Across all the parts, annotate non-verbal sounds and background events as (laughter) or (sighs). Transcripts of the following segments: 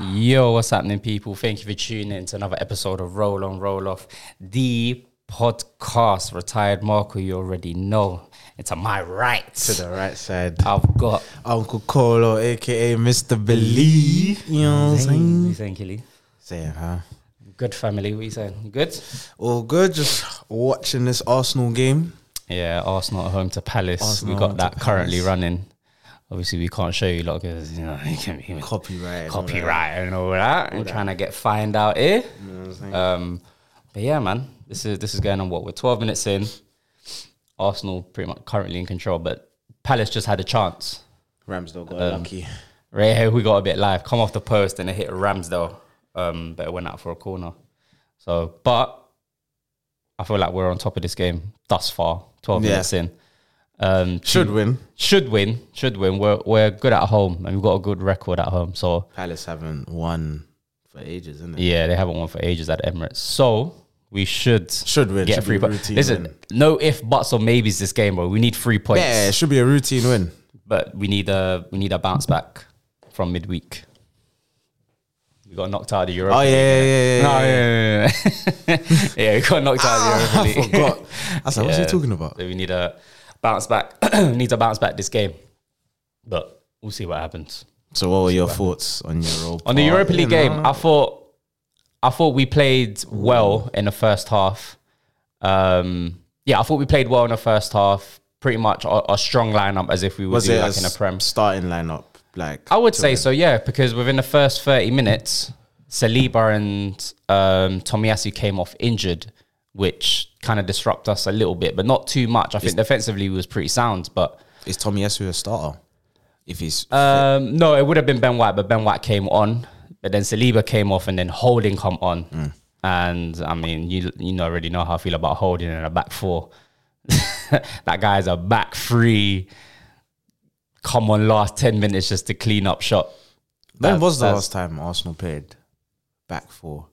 Yo, what's happening, people? Thank you for tuning in to another episode of Roll On Roll Off, the podcast. Retired Marco, you already know. And to my right, To the right side. I've got. Uncle Colo, aka Mr. Believe. You know what I'm saying? You saying, Killy? Say it, huh? Good family, what you saying? You good? All good, just watching this Arsenal game. Yeah, Arsenal at home to Palace. we Arsenal got home that to currently Palace. running. Obviously, we can't show you a lot because, you know, (laughs) you can be Copyright. and all that. copyright and all that. and trying to get fined out here. You know what I'm saying? Um, but yeah, man, this is this is going on. What we're twelve minutes in. Arsenal pretty much currently in control, but Palace just had a chance. Ramsdale Um, got lucky. Right here, we got a bit live. Come off the post and it hit Ramsdale, um, but it went out for a corner. So, but I feel like we're on top of this game thus far. Twelve Yeah. minutes in. Um, Should win. should win, should win. We're we're good at home and we've got a good record at home. So Palace haven't won for ages, isn't it? Yeah, they haven't won for ages at Emirates. So we should Should win, Get should be three a points. routine Listen, win. no if buts or maybes this game, bro. We need three points, Yeah, it should be a routine win. but we need a we need a bounce back from midweek. We got knocked out of Europe. Oh, yeah, yeah, yeah, yeah. No, yeah, yeah, yeah, yeah. (laughs) yeah, we got knocked out of Europa I League. forgot. I was like, what's he Yeah. talking about? (laughs) So we need a bounce back. (clears throat) need to bounce back this game, but we'll see what happens. So, what were your thoughts on Europa? On the Europa League You know? game, I thought I thought we played well in the first half. Um, yeah, I thought we played well in the first half. Pretty much a, a strong lineup as if we were was it like as in a prem. starting lineup? Like, I would say so, yeah, because within the first thirty minutes, Saliba and um, Tomiyasu came off injured, which kind of disrupt us a little bit, but not too much. I think defensively we was pretty sound, but is Tommy Esu a starter? If he's Um, no, it would have been Ben White, but Ben White came on, but then Saliba came off, and then Holding come on. Mm. And I mean, you you know, already know how I feel about Holding in a back four. (laughs) that guy's a back three. Come on, last ten minutes just to clean up shot. When That- was the that's- last time Arsenal played back four?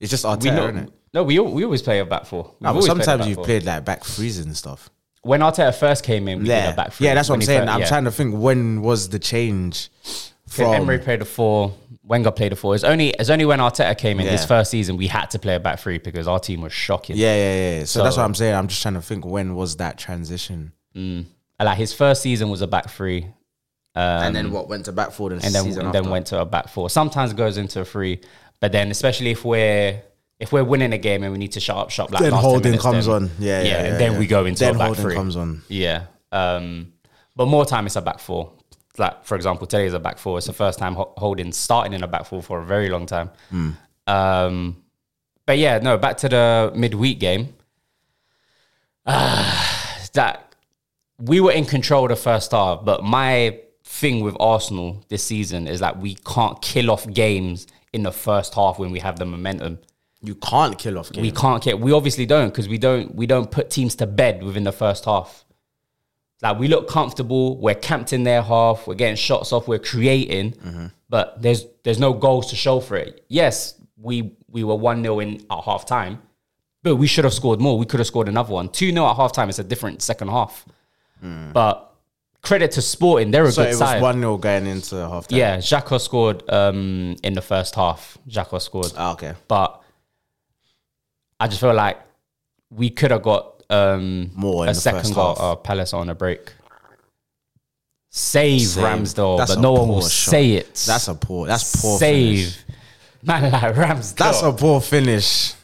It's just Arteta, We know, isn't it? no, we al- we always play a back four. We've No, but always played a sometimes back you've four. played like back threes and stuff. when Arteta first came in. We yeah, Yeah, played a back three. yeah, that's what I'm When he saying. first- I'm yeah. trying to think when was the change Because from Emery played a four, Wenger played a four. It's only it's only when Arteta came in his Yeah. first season we had to play a back three because our team was shocking. Yeah, yeah, yeah. So, that's So- what I'm saying. I'm just trying to think when was that transition, And, Like his first season was a back three, and then what went to back four and and then and then went to a back four. Sometimes it goes into a three, but then especially if we're if we're winning a game and we need to shut up shop, like Then last 10 holding minutes, comes then- on. Yeah, yeah. yeah, yeah, then yeah. we go into then a back holding three. comes on. Yeah, um, but more time it's a back four. Like for example, today is a back four. It's the first time ho- holding starting in a back four for a very long time. Um, but yeah, no. Back to the midweek game. (sighs) Ah, that we were in control the first half, but my thing with Arsenal this season is that we can't kill off games in the first half when we have the momentum. You can't kill off We games. can't get. We obviously don't because we don't. We don't put teams to bed within the first half. Like we look comfortable. We're camped in their half. We're getting shots off. We're creating, Mm-hmm. but there's there's no goals to show for it. Yes, we we were one 0 in at half time, but we should have scored more. We could have scored another one. Two 0 at half time. It's a different second half. But credit to Sporting, they're a Mm. So good it was side. one 0 going into half time. yeah, Xhaka scored um, in the first half. Xhaka scored Ah, okay. but I just feel like we could have got um, More in a the second first goal. half. Uh, Palace on a break. Save, Save. Ramsdale, That's but a no one poor will shot. say it. That's a poor. That's poor. save, Finish. man. Like Ramsdale, That's a poor finish.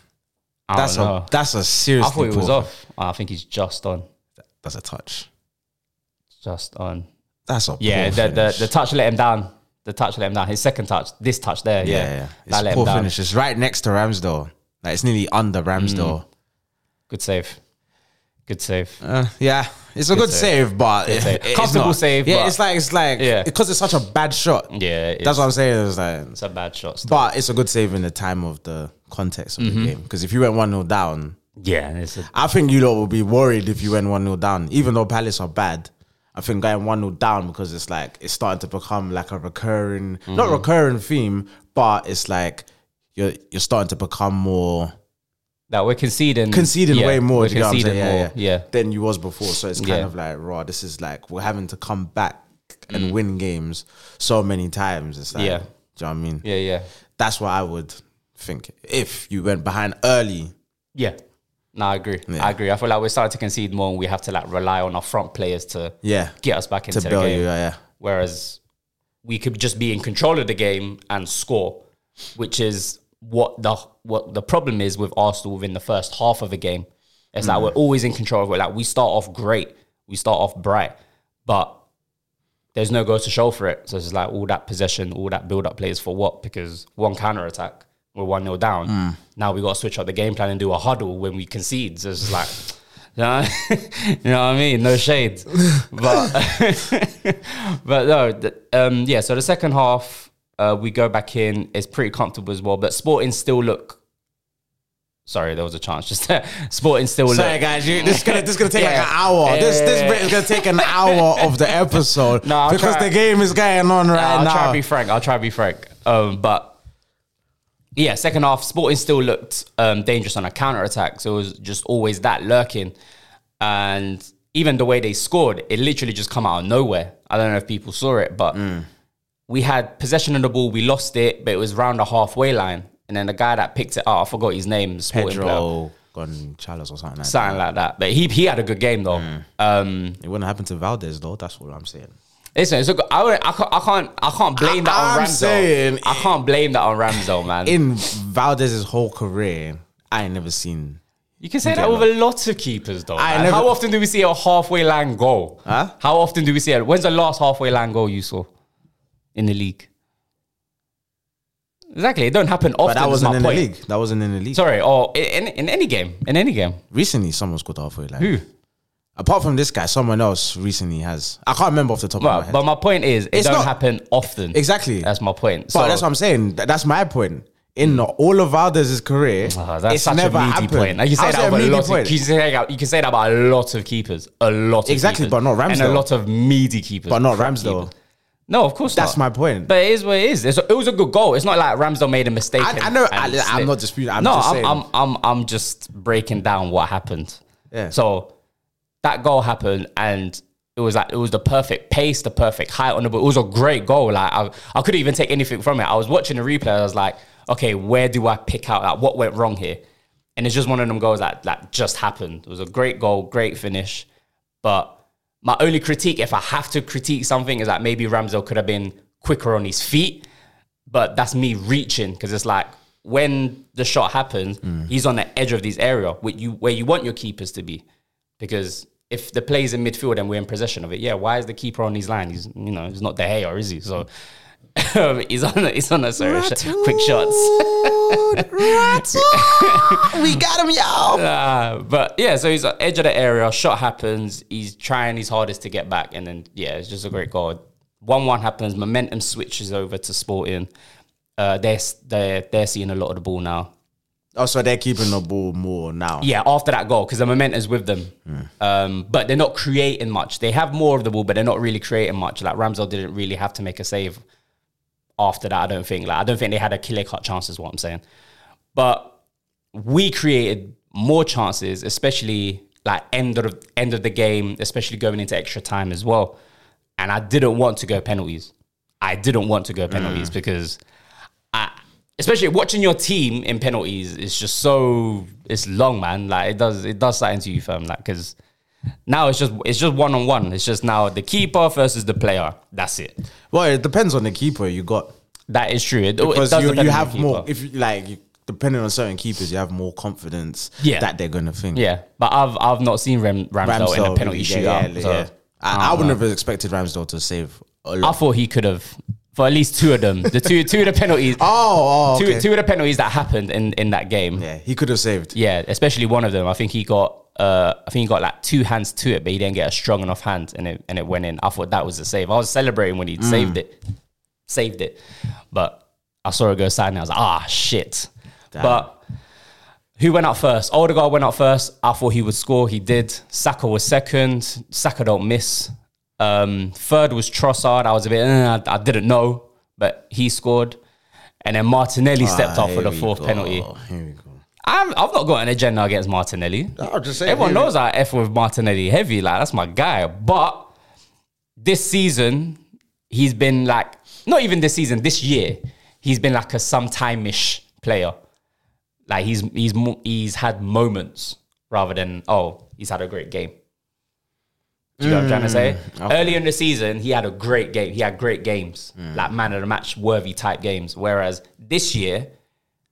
I That's don't a know. that's a I seriously. thought he was poor- off. Oh, I think he's just on, That's a touch. just on. That's a Yeah, poor the, the finish. the touch let him down. The touch let him down. His second touch, this touch there, yeah, yeah, yeah. that it's let a him poor down. finish. It's right next to Ramsdale. Like it's nearly under Mm. Ramsdale. Good save, good save. Uh, yeah, it's a good, save, but it- save. it's Comfortable not- save, Yeah, but- it's like it's like Yeah. because it's such a bad shot. Yeah, it's, That's what I'm saying. It's like, it's a bad shot. still. but it's a good save in the time of the context of Mm-hmm. the game. Because if you went one 0 down, Yeah, and it's a I think you lot will be worried if you went one 0 down. Even though Palace are bad, I think going one 0 down because it's like it's starting to become like a recurring, not Mm-hmm. recurring theme, but it's like you're you're starting to become more. that we're conceding conceding yeah, way more. We're Do you know what I'm conceding saying? Yeah, more. yeah. Yeah, Than you was before. So it's kind Yeah. of like, raw. This is like we're having to come back and win games so many times. It's like, Mm. Yeah. do Do you know what I mean? Yeah, yeah, That's what I would think if you went behind early. yeah. No, I agree. I agree. I feel like we're starting to concede more, and we have to like rely on our front players to Yeah. get us back into to the bail game. you, yeah. Whereas we could just be in control of the game and score, which is what the what the problem is with Arsenal within the first half of a game. It's Mm. like we're always in control of it. Like we start off great, we start off bright, but there's no goals to show for it. So it's just like all that possession, all that build up plays for what? Because one counter attack, we're one 0 down. Now we got to switch up the game plan and do a huddle when we concede. So it's just like, (laughs) you know, (laughs) you know what I mean? No shade, but (laughs) but no, th- um, yeah. So the second half, uh, we go back in. It's pretty comfortable as well. But Sporting still look. Sorry, there was a chance just there. (laughs) Sporting still Sorry, look. guys, you, this is gonna this is (laughs) gonna take Yeah. like an hour. this Yeah. this bit is gonna take an hour of the episode (laughs) No, I'll because try- the game is going on right I'll now. Uh, try to be frank. I'll try to be frank. Um, but yeah, second half, Sporting still looked um, dangerous on a counter attack. So it was just always that lurking, and even the way they scored, it literally just come out of nowhere. I don't know if people saw it, but Mm. we had possession of the ball. We lost it, but it was round the halfway line, and then the guy that picked it up, I forgot his name, the Sporting player, Pedro Gonzalez or something like that. something like that. But he he had a good game though. Mm. Um, It wouldn't happen to Valdez though. That's what I'm saying. Listen, it's okay. I, wouldn't- I, can't, I can't. I can't blame that on I'm Ramsdale. saying- I can't blame that on Ramsdale, (laughs) man. In Valdez's whole career, I ain't never seen. you can say that with a lot of keepers, though. I man. never- How often do we see a halfway line goal? Huh? How often do we see it? When's the last halfway line goal you saw in the league? Exactly, it don't happen often. But that is wasn't my in point. the league. That wasn't in the league. Sorry, or in, in, in any game, in any game. recently, someone scored halfway line. Who? Apart from this guy, someone else recently has. I can't remember off the top of my But, head. but my point is, it It's don't not- happen often. exactly. That's my point. but So- that's what I'm saying. Th- That's my point. In all of Valdez's career, Oh, that's it's such never a meaty happened. point. Like you say I'll that a about a meaty lot point. of, you, can say that, you can say that about a lot of keepers. A lot of Exactly, keepers. but not And a Ramsdale. lot of meaty keepers. but not crap Ramsdale. keepers. No, of course That's not. my point. But it is what it is. It's a- it was a good goal. It's not like Ramsdale made a mistake. I- and- I know- and I- I'm slipped. not disputing. I'm no, just I'm, saying. I'm, I'm, I'm just breaking down what happened. Yeah. So that goal happened, and it was like it was the perfect pace, the perfect height on the ball. It was a great goal. Like I, I couldn't even take anything from it. I was watching the replay. I was like, okay, where do I pick out? Like, what went wrong here? And it's just one of them goals that that just happened. It was a great goal, great finish, but my only critique, if I have to critique something, is that maybe Ramsdale could have been quicker on his feet. But that's me reaching because it's like when the shot happens, he's on the edge of this area where you where you want your keepers to be, because if the play's in midfield and we're in possession of it, yeah, why is the keeper on his line? He's you know he's not the Gea, is he? So (laughs) he's on he's on a sorry, sh- quick shots. (laughs) we got him, y'all. Uh, but yeah, so he's at edge of the area. Shot happens. He's trying his hardest to get back, and then yeah, it's just a great goal. One one happens. Momentum switches over to Sporting. Uh, they're they're they're seeing a lot of the ball now. Oh, so they're keeping the ball more now. Yeah, after that goal, because the momentum's with them. Um, but they're not creating much. They have more of the ball, but they're not really creating much. Like Ramsdale didn't really have to make a save after that. I don't think. Like I don't think they had a killer cut chance. Is what I'm saying. But we created more chances, especially like end of end of the game, especially going into extra time as well. And I didn't want to go penalties. I didn't want to go penalties because I especially watching your team in penalties is just so it's long, man. Like it does it does something to you, firm. Like because now it's just it's just one on one. It's just now the keeper versus the player. That's it. Well, it depends on the keeper you got. That is true. It, it because does you, depend you on the have more keeper. if you like you, depending on certain keepers you have more confidence Yeah. that they're going to think Yeah, but I've I've not seen Ram, Ramsdale, in a Ramsdale, penalty yeah, shootout. yeah, so. Uh-huh. Uh, yeah. I, I wouldn't have expected Ramsdale to save a I lot thought he could have for at least two of them. The two two of the penalties, two (laughs) oh, oh okay. two of the penalties that happened in in that game. Yeah, yeah he could have saved especially one of them. I think he got. Uh, I think he got like two hands to it, but he didn't get a strong enough hand, and it and it went in. I thought that was a save. I was celebrating when he Mm. saved it, saved it, but I saw it go side, and I was like, ah, shit. But who went out first? Odegaard went out first. I thought he would score. He did. Saka was second. Saka don't miss. Um, third was Trossard. I was a bit, eh, I, I didn't know, but he scored. And then Martinelli stepped Ah, up for here the we fourth go. penalty. here we go I'm, I've not got an agenda against Martinelli. I'll just say Everyone here we- knows I F with Martinelli heavy. Like, that's my guy. But this season, he's been like, not even this season, this year, he's been like a sometime ish player. Like he's he's mo- he's had moments rather than oh he's had a great game. Do you know what I'm trying to say? Mm, Earlier in the season, he had a great game. He had great games, Mm. like man of the match worthy type games. Whereas this year,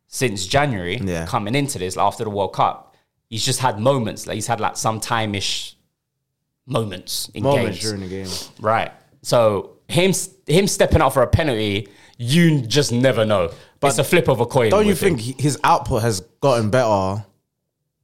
since January, Yeah. coming into this like, after the World Cup, he's just had moments. Like he's had like some time ish moments in Moments games. during the game. Right. So him him stepping out for a penalty, you just never know. But it's a flip of a coin. Don't you with him. think his output has gotten better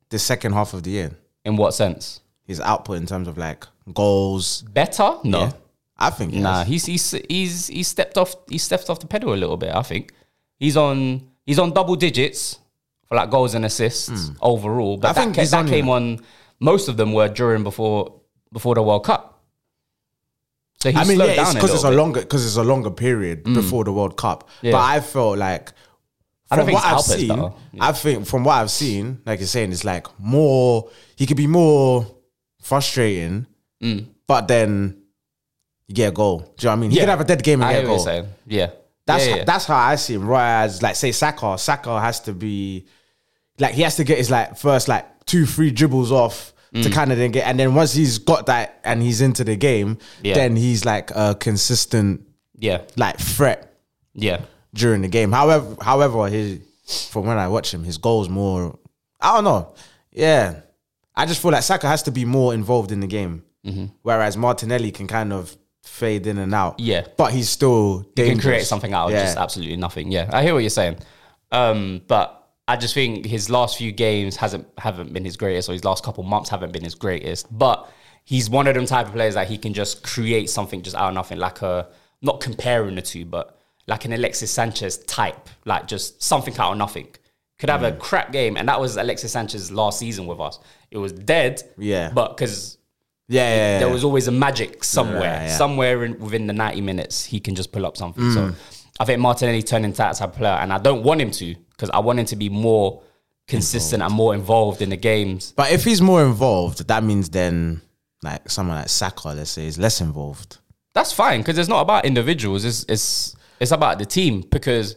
the second half of the year? In what sense? His output in terms of like goals. Better? No. I think he Nah. has. He's he's he's he stepped off he stepped off the pedal a little bit. I think he's on he's on double digits for like goals and assists overall. But Hmm. I that, think ca- he's that on- came on. Most of them were during before before the World Cup. So he I mean, slowed yeah, down it's a because it's little a bit. Mm. longer because it's a longer period before the World Cup. But I felt like I don't from think what his I've output is seen, better. I think from what I've seen, like you're saying, it's like more. He could be more frustrating, Mm. but then you get a goal. Do you know what I mean? He Yeah. could have a dead game and I get a hear what you're goal. saying. Yeah. That's Yeah, yeah, yeah. that's how I see him. Right as like say Saka, Saka has to be like he has to get his like first like two three dribbles off Mm. to kind of then get, and then once he's got that and he's into the game, Yeah. then he's like a consistent yeah. like threat Yeah. during the game. However, however, his from when I watch him, his goals more. I don't know. Yeah, I just feel like Saka has to be more involved in the game, Mm-hmm. whereas Martinelli can kind of fade in and out. Yeah. but he's You still can dangerous. create something out of Yeah. just uh, absolutely nothing. Yeah, I hear what you're saying, um, but I just think his last few games hasn't haven't been his greatest, or his last couple months haven't been his greatest. But he's one of them type of players that he can just create something just out of nothing, like a not comparing the two, but like an Alexis Sanchez type, like just something out of nothing. Could have Mm. a crap game, and that was Alexis Sanchez last season with us. It was dead, Yeah. but because Yeah, yeah, yeah. there was always a magic somewhere, Yeah, Mm. yeah. somewhere in, within the 90 minutes, he can just pull up something. So I think Martinelli turned into that type of player, and I don't want him to because I want him to be more consistent and more involved in the games. But if he's more involved, that means then like someone like Saka, let's say, is less involved. That's fine because it's not about individuals. It's it's it's about the team because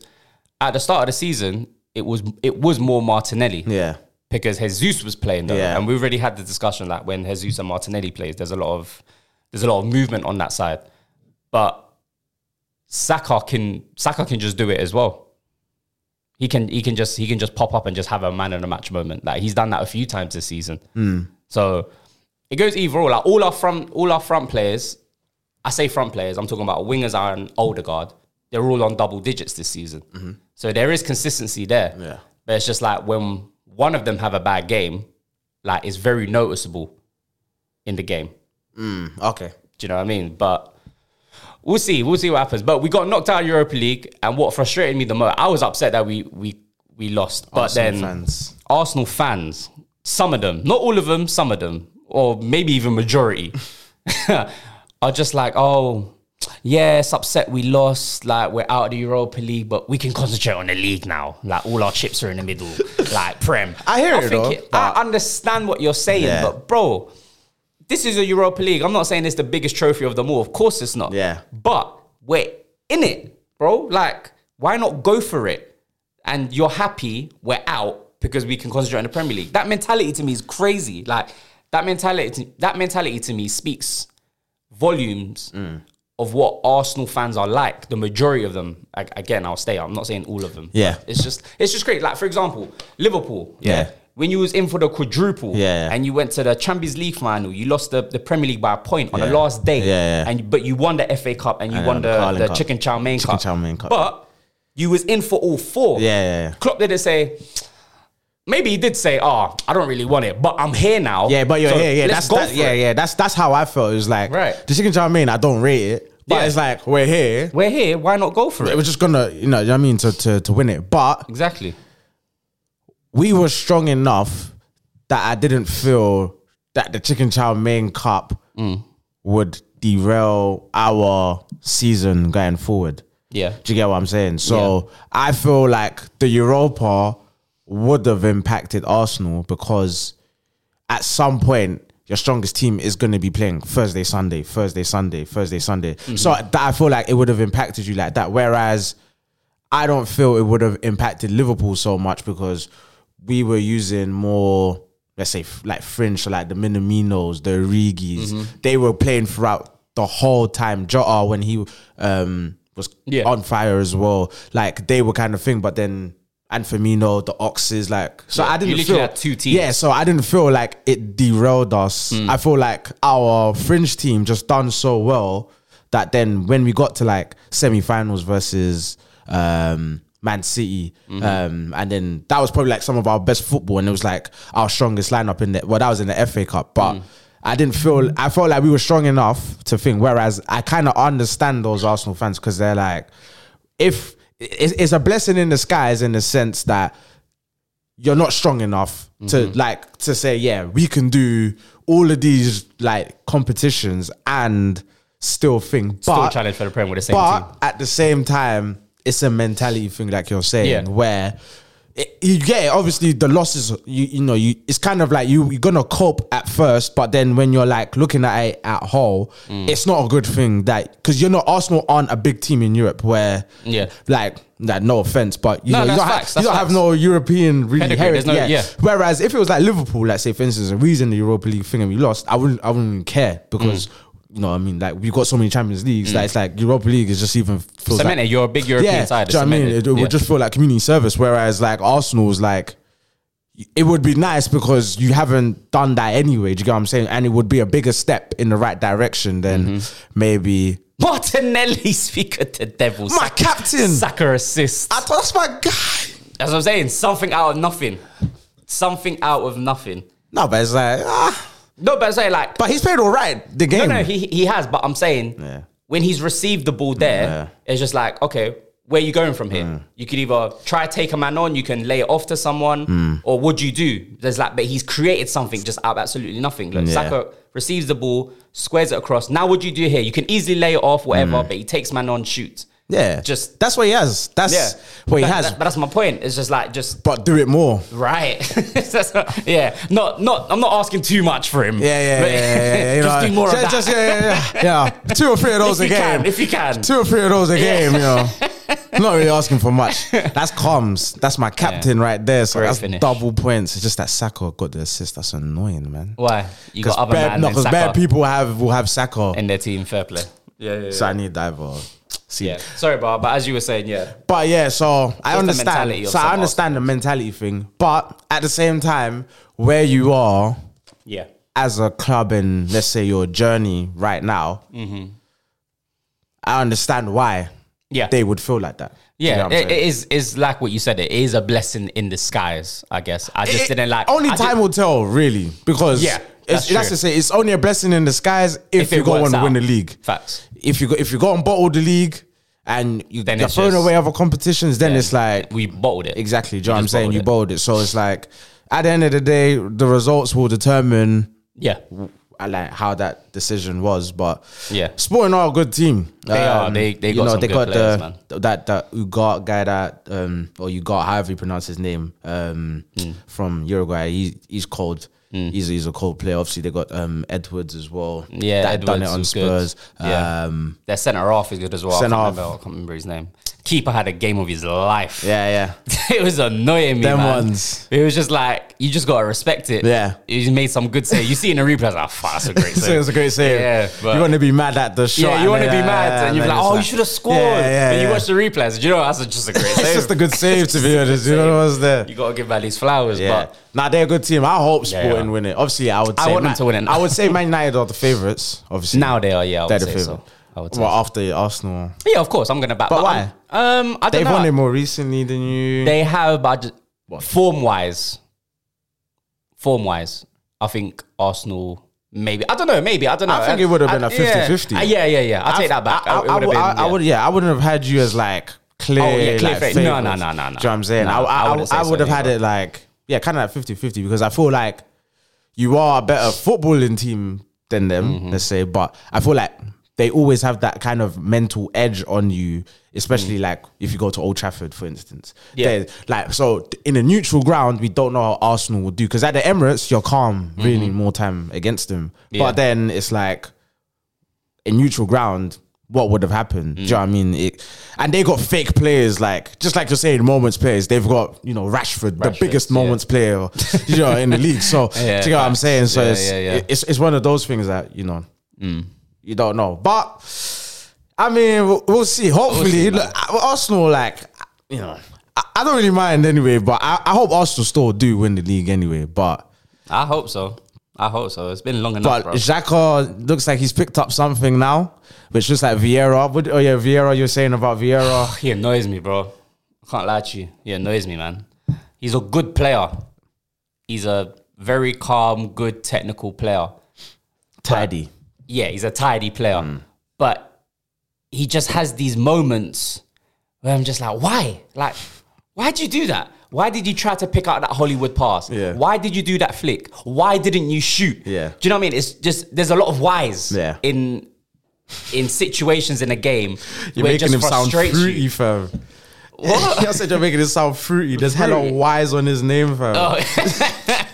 at the start of the season it was it was more Martinelli. Yeah. because Jesus was playing though, Yeah. and we already had the discussion like when Jesus and Martinelli plays, there's a lot of there's a lot of movement on that side, but Saka can Saka can just do it as well. He can he can just he can just pop up and just have a man in the match moment. Like he's done that a few times this season. So it goes either or. Like all our front all our front players, I say front players. I'm talking about wingers and Odegaard. They're all on double digits this season. So there is consistency there. Mm-hmm. Yeah. But it's just like when one of them have a bad game, like it's very noticeable in the game. Okay. Do you know what I mean? But we'll see. We'll see what happens. But we got knocked out of Europa League, and what frustrated me the most, I was upset that we we we lost. But Arsenal then fans. Arsenal fans, some of them, not all of them, some of them, or maybe even majority, (laughs) are just like, oh, yeah, it's upset we lost. Like, we're out of the Europa League, but we can concentrate on the league now. Like, all our chips are in the middle, like Prem. I hear it though, I but- understand what you're saying, Yeah. but bro, this is a Europa League. I'm not saying it's the biggest trophy of them all. Of course it's not. Yeah. But we're in it, bro. Like, why not go for it? And you're happy we're out because we can concentrate on the Premier League. That mentality to me is crazy. Like that mentality, that mentality to me speaks volumes Mm. of what Arsenal fans are like. The majority of them, a- again, I'll stay. I'm not saying all of them. Yeah. it's just it's just great. Like for example, Liverpool. Yeah. When you was in for the quadruple Yeah, yeah. and you went to the Champions League final, you lost the, the Premier League by a point on the Yeah. last day. Yeah, yeah. And but you won the FA Cup and you And won then the the, Carling the Cup. Chicken Chow Mein Chicken Cup. Chow Mein Cup. But you was in for all four. Yeah, yeah, yeah. Klopp didn't say maybe he did say, Oh, I don't really want it, but I'm here now. Yeah, but you're so here. Yeah, let's that's go that, for yeah, it." yeah. That's that's how I felt. It was like Right. the chicken chow mein. I don't rate it, but Yeah. it's like we're here. We're here, why not go for It it? was just gonna, you know, you know what I mean, to, to to win it. But Exactly. we were strong enough that I didn't feel that the chicken chow mein cup Mm. would derail our season going forward. Yeah. Do you get what I'm saying? So I feel like the Europa would have impacted Arsenal because at some point your strongest team is going to be playing Thursday, Sunday, Mm-hmm. Thursday, Sunday, Thursday, Sunday. So that I feel like it would have impacted you like that. Whereas I don't feel it would have impacted Liverpool so much because we were using more, let's say, f- like fringe, so like the Minaminos, the Origis. Mm-hmm. They were playing throughout the whole time. Jota, when he um, was Yeah. on fire as well, like they were kind of thing, but then. And Firmino, the Oxes, like so, Yeah, I didn't you literally feel had two teams. Hmm. Yeah, so I didn't feel like it derailed us. I feel like our fringe team just done so well that then when we got to like semi-finals versus um, Man City, Mm-hmm. um, and then that was probably like some of our best football, and it was like our strongest lineup in the well, that was in the FA Cup, but. Mm. I didn't feel. I felt like we were strong enough to think. Whereas I kind of understand those Arsenal fans because they're like, if it's it's a blessing in disguise in the sense that you're not strong enough to like to say yeah we can do all of these like competitions and still think Still but challenge for the Prem with the same but team. at the same time it's a mentality thing like you're saying Yeah. where it, you get it, obviously the losses you you know you it's kind of like you you're gonna cope at first but then when you're like looking at it at whole Mm. it's not a good thing that because you're not Arsenal aren't a big team in Europe where Yeah. like that no offense but you No, know you that's don't, have, facts, you that's don't have facts. no European really Pedigree, heritage there's no- yeah. yeah. Whereas if it was like Liverpool, let's say for instance, the reason the Europa League thing and we lost, I wouldn't I wouldn't even care because you know what I mean like we got so many Champions Leagues that it's like Europa League is just even feels like- Cemented, you're Mm. a big European yeah, side. do you know what I mean? It, cemented. it Yeah. would just feel like community service. Whereas like Arsenal was like, it would be nice because you haven't done that anyway. Do you get what I'm saying? And it would be a bigger step in the right direction than Mm-hmm. maybe Martinelli (laughs) speaker to devils. my captain. Saka assist. I thought that's my guy. That's what I'm saying. Something out of nothing. Something out of nothing. No, but it's like, ah. No, but I'm saying like but he's played all right. The no, game. no, he he has. But I'm saying Yeah. when he's received the ball there, it's just like okay, where you going from here? Mm. You could either try to take a man on, you can lay it off to someone, Mm. or what do you do? There's like, but he's created something just out of absolutely nothing. Like Yeah. Saka receives the ball, squares it across. Now what do you do here? You can easily lay it off, whatever, Mm. but he takes man on, shoots. yeah, Just- that's what he has. That's Yeah, what he That- has. that- but that's my point. It's just like just but do it more. Right. (laughs) That's not- yeah. Not not I'm not asking too much for him. Yeah, yeah, yeah. But- yeah, yeah, (laughs) you just know, do more of that. just, just- (laughs) yeah, yeah, yeah, yeah. Two or three of those if you a game. can, if you can. Two or three of those a game, (laughs) you know. I'm not really asking for much. That's comms. That's my captain right there. So Great that's finish. double points. It's just that Saka got the assist. That's annoying, man. Why? You got other bad, man no, and 'cause Saka bad people have will have Saka. in their team. Fair play. Yeah, yeah, yeah. so I need diver. See, yeah. Sorry, Bar, but as you were saying, yeah. But yeah, so I understand. mentality of So I some understand the mentality thing, but at the same time, where you are, Yeah. as a club and let's say your journey right now, Mm-hmm. I understand why Yeah. they would feel like that. Do you know yeah, what I'm it, saying? it is is like what you said. It is a blessing in disguise, I guess. I just It- didn't like. Only I time did- will tell, really, because Yeah, that's it's, that's true. to say it's only a blessing in disguise if, it you go works and out. win the league. (laughs) Facts. If you go, if you go and bottle the league and you Then are it's throwing just- away other competitions, then it's like We bottled it. exactly. Do you know what I'm just saying? bottled You it. bottled it, so it's like at the end of the day, the results will determine Yeah. I like how that decision was, but Yeah. Sporting are a good team. Um, They are. They- they you got some good players, man. the that that Ugar guy that um or Ugar however you pronounce his name um Hmm. from Uruguay. He, he's cold. He's he's a cold player. Obviously they got um Edwards as well. Yeah, that done it Edwards on was good. Spurs. Yeah. Um, Their centre half is good as well. I can't, Centre-half. remember, I can't remember his name. Keeper had a game of his life. yeah, (laughs) (laughs) yeah. it was annoying me. Them man. ones. It was just like you just gotta respect it. Yeah. you made some good save. You see in the replay, I was like, "Fuck, that's a (laughs) great So it save." was a great save. Yeah, but- you want to be mad at the shot. yeah, you want to and be then- mad, and you're then like, it's "Oh, you should have scored." Yeah, yeah, but you yeah. watch the replays. and You know, that's just a great (laughs) It's save. just a good save to be (laughs) It's honest. just a You good know save. what was there. You gotta give Bally his flowers, Yeah. but Nah, they're a good team. I hope Yeah, Sporting yeah. win it. Obviously, I would say I want them to win it. I would (laughs) say Man United are the favourites, obviously. now they are. Yeah, I they're would the say favourite. so. I would say. well, so. after Arsenal. Yeah, of course, I'm gonna back. But I'm- Um, I don't They've know. won it more recently than you. They have, but I just- form-wise, form-wise, I think Arsenal. Maybe I don't know. Maybe I don't know. I think it would have been I- a 50-50. Yeah, Uh, yeah, yeah. yeah. I take that back. I, I- It would've I- been- I- I yeah. would, yeah, I wouldn't have had you as like clear. Oh, yeah, clear like, favourites. No, favourites. no, no, no, no. Do you know what I'm saying? No, I, I, I I, wouldn't say so would have had either. it like, yeah, kind of like 50 50 because I feel like you are a better footballing team than them, Mm-hmm. let's say. But I feel like they always have that kind of mental edge on you, especially like if you go to Old Trafford, for instance. Mm. Yeah. They- like so in a neutral ground, we don't know how Arsenal will do because at the Emirates you're calm, really more time against them. Mm-hmm. Yeah. But then it's like in neutral ground. what would have happened. Do you know what I mean? It, and they got fake players, like just like you're saying, moments players. They've got you know Rashford, the Rashford, biggest yeah. moments (laughs) player, you know, in the league. So Yeah, do you know what I'm saying? So Yeah, it's, yeah, yeah. Mm. it's it's one of those things that you know you don't know, but I mean we'll, we'll see. Hopefully, look, I- Arsenal like you know. I I don't really mind anyway, but I, I hope Arsenal still do win the league anyway. But I hope so. I hope so. It's been long enough, but bro. Xhaka looks like he's picked up something now, which looks like Vieira. What, oh yeah, Vieira. You're saying about (sighs) Vieira? he annoys me, bro. I can't lie to you. He annoys me, man. He's a good player. He's a very calm, good technical player. Tidy. yeah, he's a tidy player, Mm. but he just has these moments where I'm just like, why? Like, why did you do that? Why did you try to pick out that Hollywood pass? Yeah. Why did you do that flick? Why didn't you shoot? Yeah. Do you know what I mean? It's just there's a lot of whys Yeah. in in situations in a game (laughs) You're where it making just him sound frustrates fruity, you. fam. What? I said (laughs) you're making it sound (laughs) fruity. There's hella Fruity. Oh, Y's on his name, fam.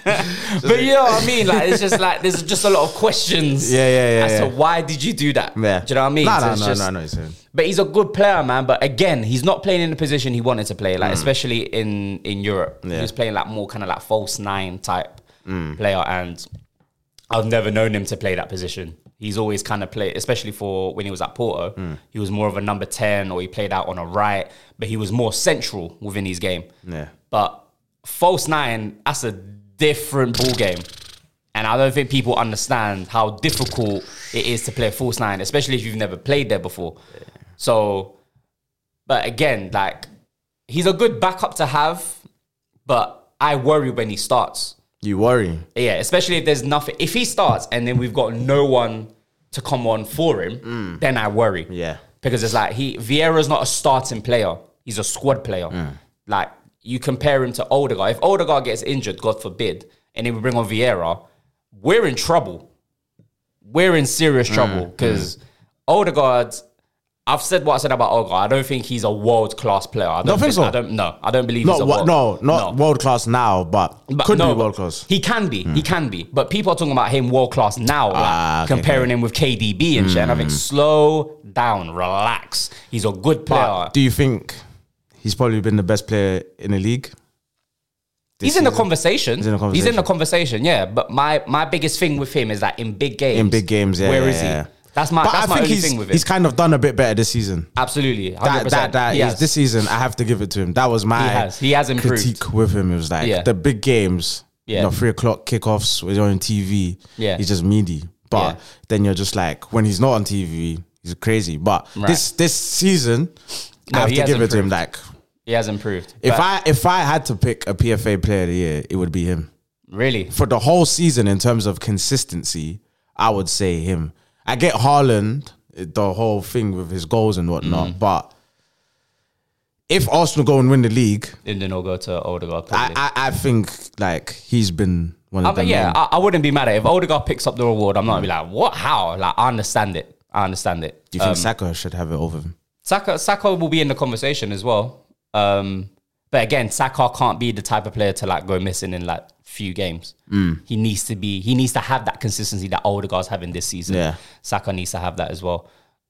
But you know what I mean? Like it's just like there's just a lot of questions. (laughs) Yeah, yeah, yeah, As to yeah. why did you do that? Yeah. Do you know what I mean? Nah, So nah, it's nah, just- nah, nah, he's saying. But he's a good player, man. But again, he's not playing in the position he wanted to play, like especially in in Europe. He Yeah. was playing like more kind of like false nine type player, and I've never known him to play that position. He's always kind of played, especially for when he was at Porto. He was more of a number ten, or he played out on a right, but he was more central within his game. Yeah. But false nine, that's a different ball game. And I don't think people understand how difficult it is to play false nine, especially if you've never played there before. So, but again, like he's a good backup to have, but I worry when he starts. You worry. Yeah, especially if there's nothing. If he starts and then we've got no one to come on for him, then I worry Mm. Yeah. because it's like he Vieira's not a starting player; he's a squad player. Mm. Like you compare him to Odegaard. If Odegaard gets injured, God forbid, and then we bring on Vieira, we're in trouble. We're in serious Mm. trouble because Odegaard. I've said what I said about Odegaard. I don't think he's a world class player. I don't, think so. I don't. No, I don't believe. he's a Not world, what? No, not no. world class now, but, But could no, be world class. Hmm. He can be. He can be. But people are talking about him world class now, like, Ah, okay, Hmm. comparing him with KDB and shit. And I think slow down, relax. He's a good player. But do you think he's probably been the best player in the league? he's in the conversation. He's in the conversation, Yeah, but my my biggest thing with him is that in big games. In big games, yeah, Where is yeah, yeah. he? That's my But that's I my think only he's, thing with he's it. kind of done a bit better this season. Absolutely, 100%. that that that He is has. this season. I have to give it to him. That was my He has. He has improved. critique with him. It was like Yeah. the big games, Yeah. you know, three o'clock kickoffs. We're on TV. Yeah. he's just meaty. But Yeah. then you're just like, when he's not on TV, he's crazy. But Right. this this season, No, I have he to has give it to him. improved. Like He has improved. if But I if I had to pick a PFA player of the year, it would be him really, for the whole season in terms of consistency, I would say him. I get Haaland, the whole thing with his goals and whatnot, Mm. but if Arsenal go and win the league, and then I'll go to Odegaard. I, Probably. I, I, I think like he's been one of the mean, yeah, men. I, I wouldn't be mad at it. if Odegaard picks up the reward. I'm not gonna be like, what? How? Like, I understand it. I understand it. Do you think Saka should have it over him? Saka Saka will be in the conversation as well. Um, but again, Saka can't be the type of player to like go missing in like few games. Mm. He needs to be. He needs to have that consistency that Odegaard's having this season. Yeah. Saka needs to have that as well.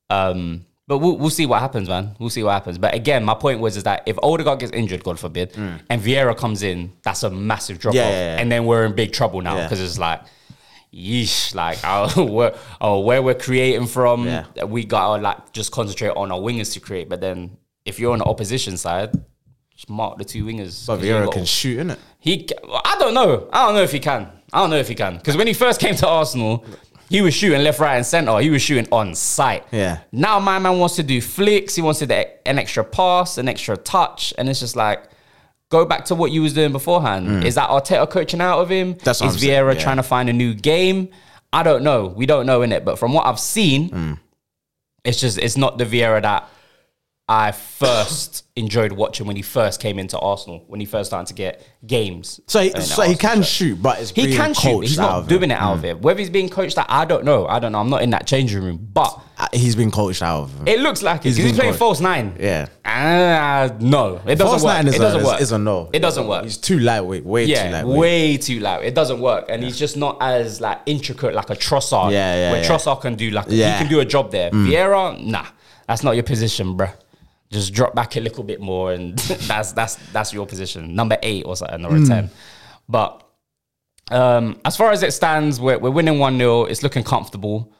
Um, but we'll, we'll see what happens, man. We'll see what happens. But again, my point was is that if Odegaard gets injured, God forbid, and Vieira comes in, that's a massive drop Mm. Yeah, off, yeah, yeah. and then we're in big trouble now Yeah. because it's like, yeesh, like (laughs) oh, where, oh, where we're creating from, Yeah. we gotta like just concentrate on our wingers to create. But then if you're on the opposition side, just mark the two wingers. But 'Cause you ain't Vieira got- can shoot, innit? he, I don't know. I don't know if he can. I don't know if he can because when he first came to Arsenal, he was shooting left, right, and centre. He was shooting on sight. Yeah. Now my man wants to do flicks. He wants to do an extra pass, an extra touch, and it's just like. Go back to what you was doing beforehand. Is that Arteta coaching out of him? Mm. That's what Is I'm saying, Vieira yeah. trying to find a new game? I don't know. We don't know in it, but from what I've seen, it's just it's not the Vieira that I first enjoyed watching when he first came into Arsenal, when he first started to get games. So he, in so he Arsenal can shirt. shoot, but it's He being can shoot. but coached He's out not of Mm. him. doing it out of it. Whether he's being coached, that I don't know. I don't know. I'm not in that changing room, but Uh, He's been coached out of. Him. it looks like it. 'cause He's He's, been playing coached. false nine. Yeah. Ah, no, it doesn't False work. nine is it a- doesn't is- work. is a no. It doesn't work. He's too lightweight. Way too Yeah, lightweight. way too loud. It doesn't work, and he's just not as like intricate like a Trossard. Yeah, yeah, Where yeah. Trossard can do like Yeah. Mm. he can do a job there. Vieira, nah, that's not your position, bruh. Just drop back a little bit more, and (laughs) that's that's that's your position, number eight or something, or Mm. a ten. But um, as far as it stands, we're, we're winning one 0 It's looking comfortable.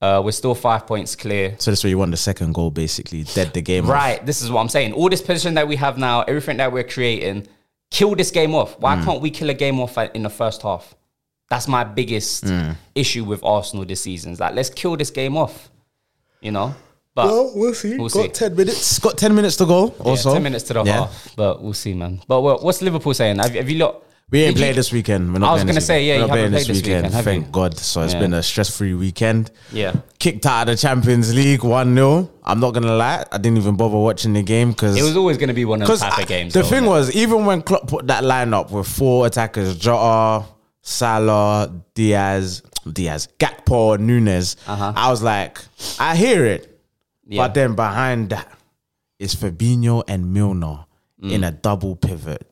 Uh, we're still five points clear. So that's where you want the second goal, basically dead the game. off. Right, this is what I'm saying. All this position that we have now, everything that we're creating, kill this game off. Mm. Why can't we kill a game off at- in the first half? That's my biggest Mm. issue with Arsenal this season. It's like, let's kill this game off, you know? But Well, we'll see. Uh, We'll got see. ten minutes. Got ten minutes to go. yeah, Also, 10 minutes to the Yeah. half, but we'll see, man. But what- what's Liverpool saying? Have, have you lot. We ain't did you- played this weekend. We're not I was playing gonna this say, yeah, weekend. you We're not haven't playing played this weekend, have Thank you? God. So it's Yeah. been a stress-free weekend. Yeah. Kicked out of the Champions League one 0 I'm not gonna lie. I didn't even bother watching the game because It was always going to be one of those type I- of games. The though, thing innit? was, even when Klopp put that lineup with four attackers, Jota, Salah, Diaz, Diaz, Gakpo, Nunes, I was like, I hear it. Uh-huh. Yeah. But then behind that is Fabinho and Milner Mm. in a double pivot.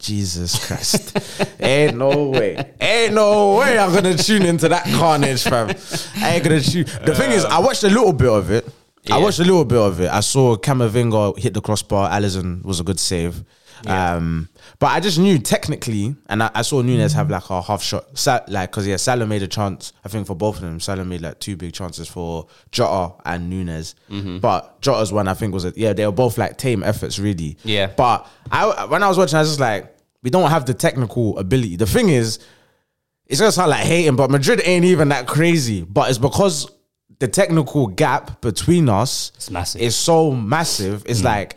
(laughs) Jesus Christ. ain't no way. Ain't no way I'm going to tune into that carnage, fam. I ain't going to tune. The thing is, I watched a little bit of it. I watched a little bit of it. I saw Camavinga hit the crossbar. Allison was a good save. Um, but I just knew technically, and I, I saw Nunes have like a half shot, Sa- like because yeah, Salah made a chance. I think for both of them, Salah made like two big chances for Jota and Nunes. But Jota's one, I think, was a, yeah, they were both like tame efforts, really. Yeah. But I when I was watching, I was just like, we don't have the technical ability. The thing is, it's gonna sound like hating, but Madrid ain't even that crazy. But it's because the technical gap between us It's massive. Hmm. is so massive. It's like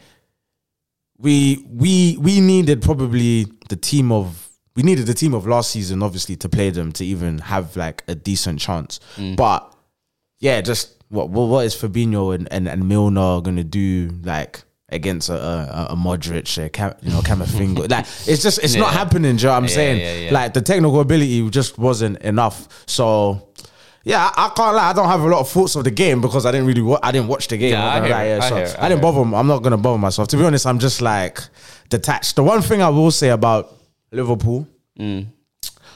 we we we needed probably the team of we needed the team of last season, obviously, to play them to even have like a decent chance. Hmm. But yeah, just what what, what is Fabinho and, and, and Milner gonna do like against a a, a Modric, a Cam, you know, (laughs) Camavinga? like it's just it's not happening. Do you know what I'm saying? yeah, yeah. Like the technical ability just wasn't enough. So. Yeah, I, I can't lie. I don't have a lot of thoughts of the game because I didn't really. Wa- I didn't watch the game. Yeah, I'm I not gonna hear it. lie, I so hear it. I I didn't hear it. bother. I'm not gonna bother myself. To be honest, I'm just like detached. The one thing I will say about Liverpool,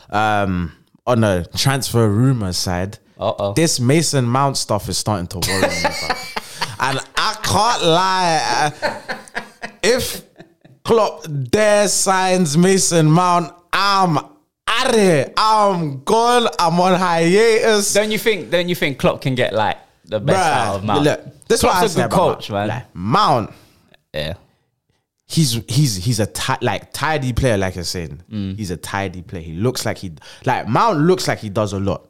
um, on a transfer rumor side, Uh-oh. this Mason Mount stuff is starting to worry me. bro. (laughs) And I can't lie. I- If Klopp dare signs Mason Mount, I'm out here. I'm gone. I'm on hiatus. Don't you think? Don't you think Klopp can get like the best out of Bruh, Mount? look, this is what I Klopp's say a good about coach, man. Mount. Like, Mount yeah. he's he's he's a ti- like tidy player, like you're saying. Mm. He's a tidy player. He looks like he like Mount looks like he does a lot.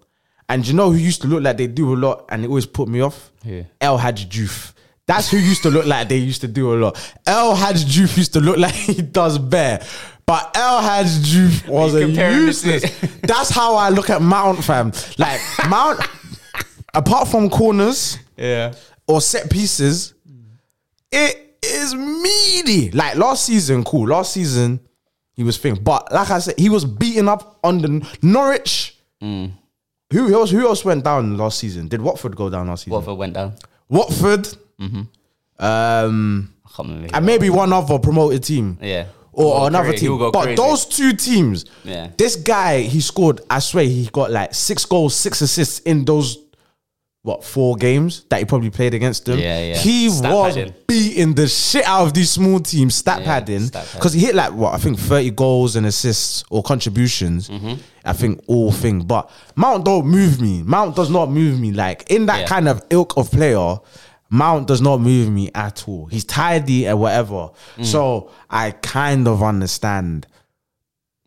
And you know who used to look like they do a lot, and it always put me off. Who? El Hadj Diouf. That's who used to look like they used to do a lot. El Hadj Diouf used to look like (laughs) he does bare. But El Hadj Diouf was a comparing the two. useless. That's how I look at Mount, fam. Like Mount, (laughs) apart from corners, Yeah. or set pieces, it is meaty. Like last season, cool. Last season, he was thing. But like I said, he was beaten up on the Norwich. Who else? Who else went down last season? Did Watford go down last season? Watford went down. Watford, um, I can't remember. who- and maybe one other promoted team yeah. or He'll go another crazy. team. He'll go But crazy. those two teams, Yeah. this guy, he scored, I swear, he got like six goals, six assists in those, what, four games that he probably played against them. Yeah, yeah. He Stat was padding. beating the shit out of these small teams, stat padding. stat padding. Because he hit like, what, I think 30 goals and assists or contributions. Mm-hmm. I think all thing. But Mount don't move me. Mount does not move me. Like, in that Yeah. kind of ilk of player, Mount does not move me at all. He's tidy and whatever. Mm. So I kind of understand,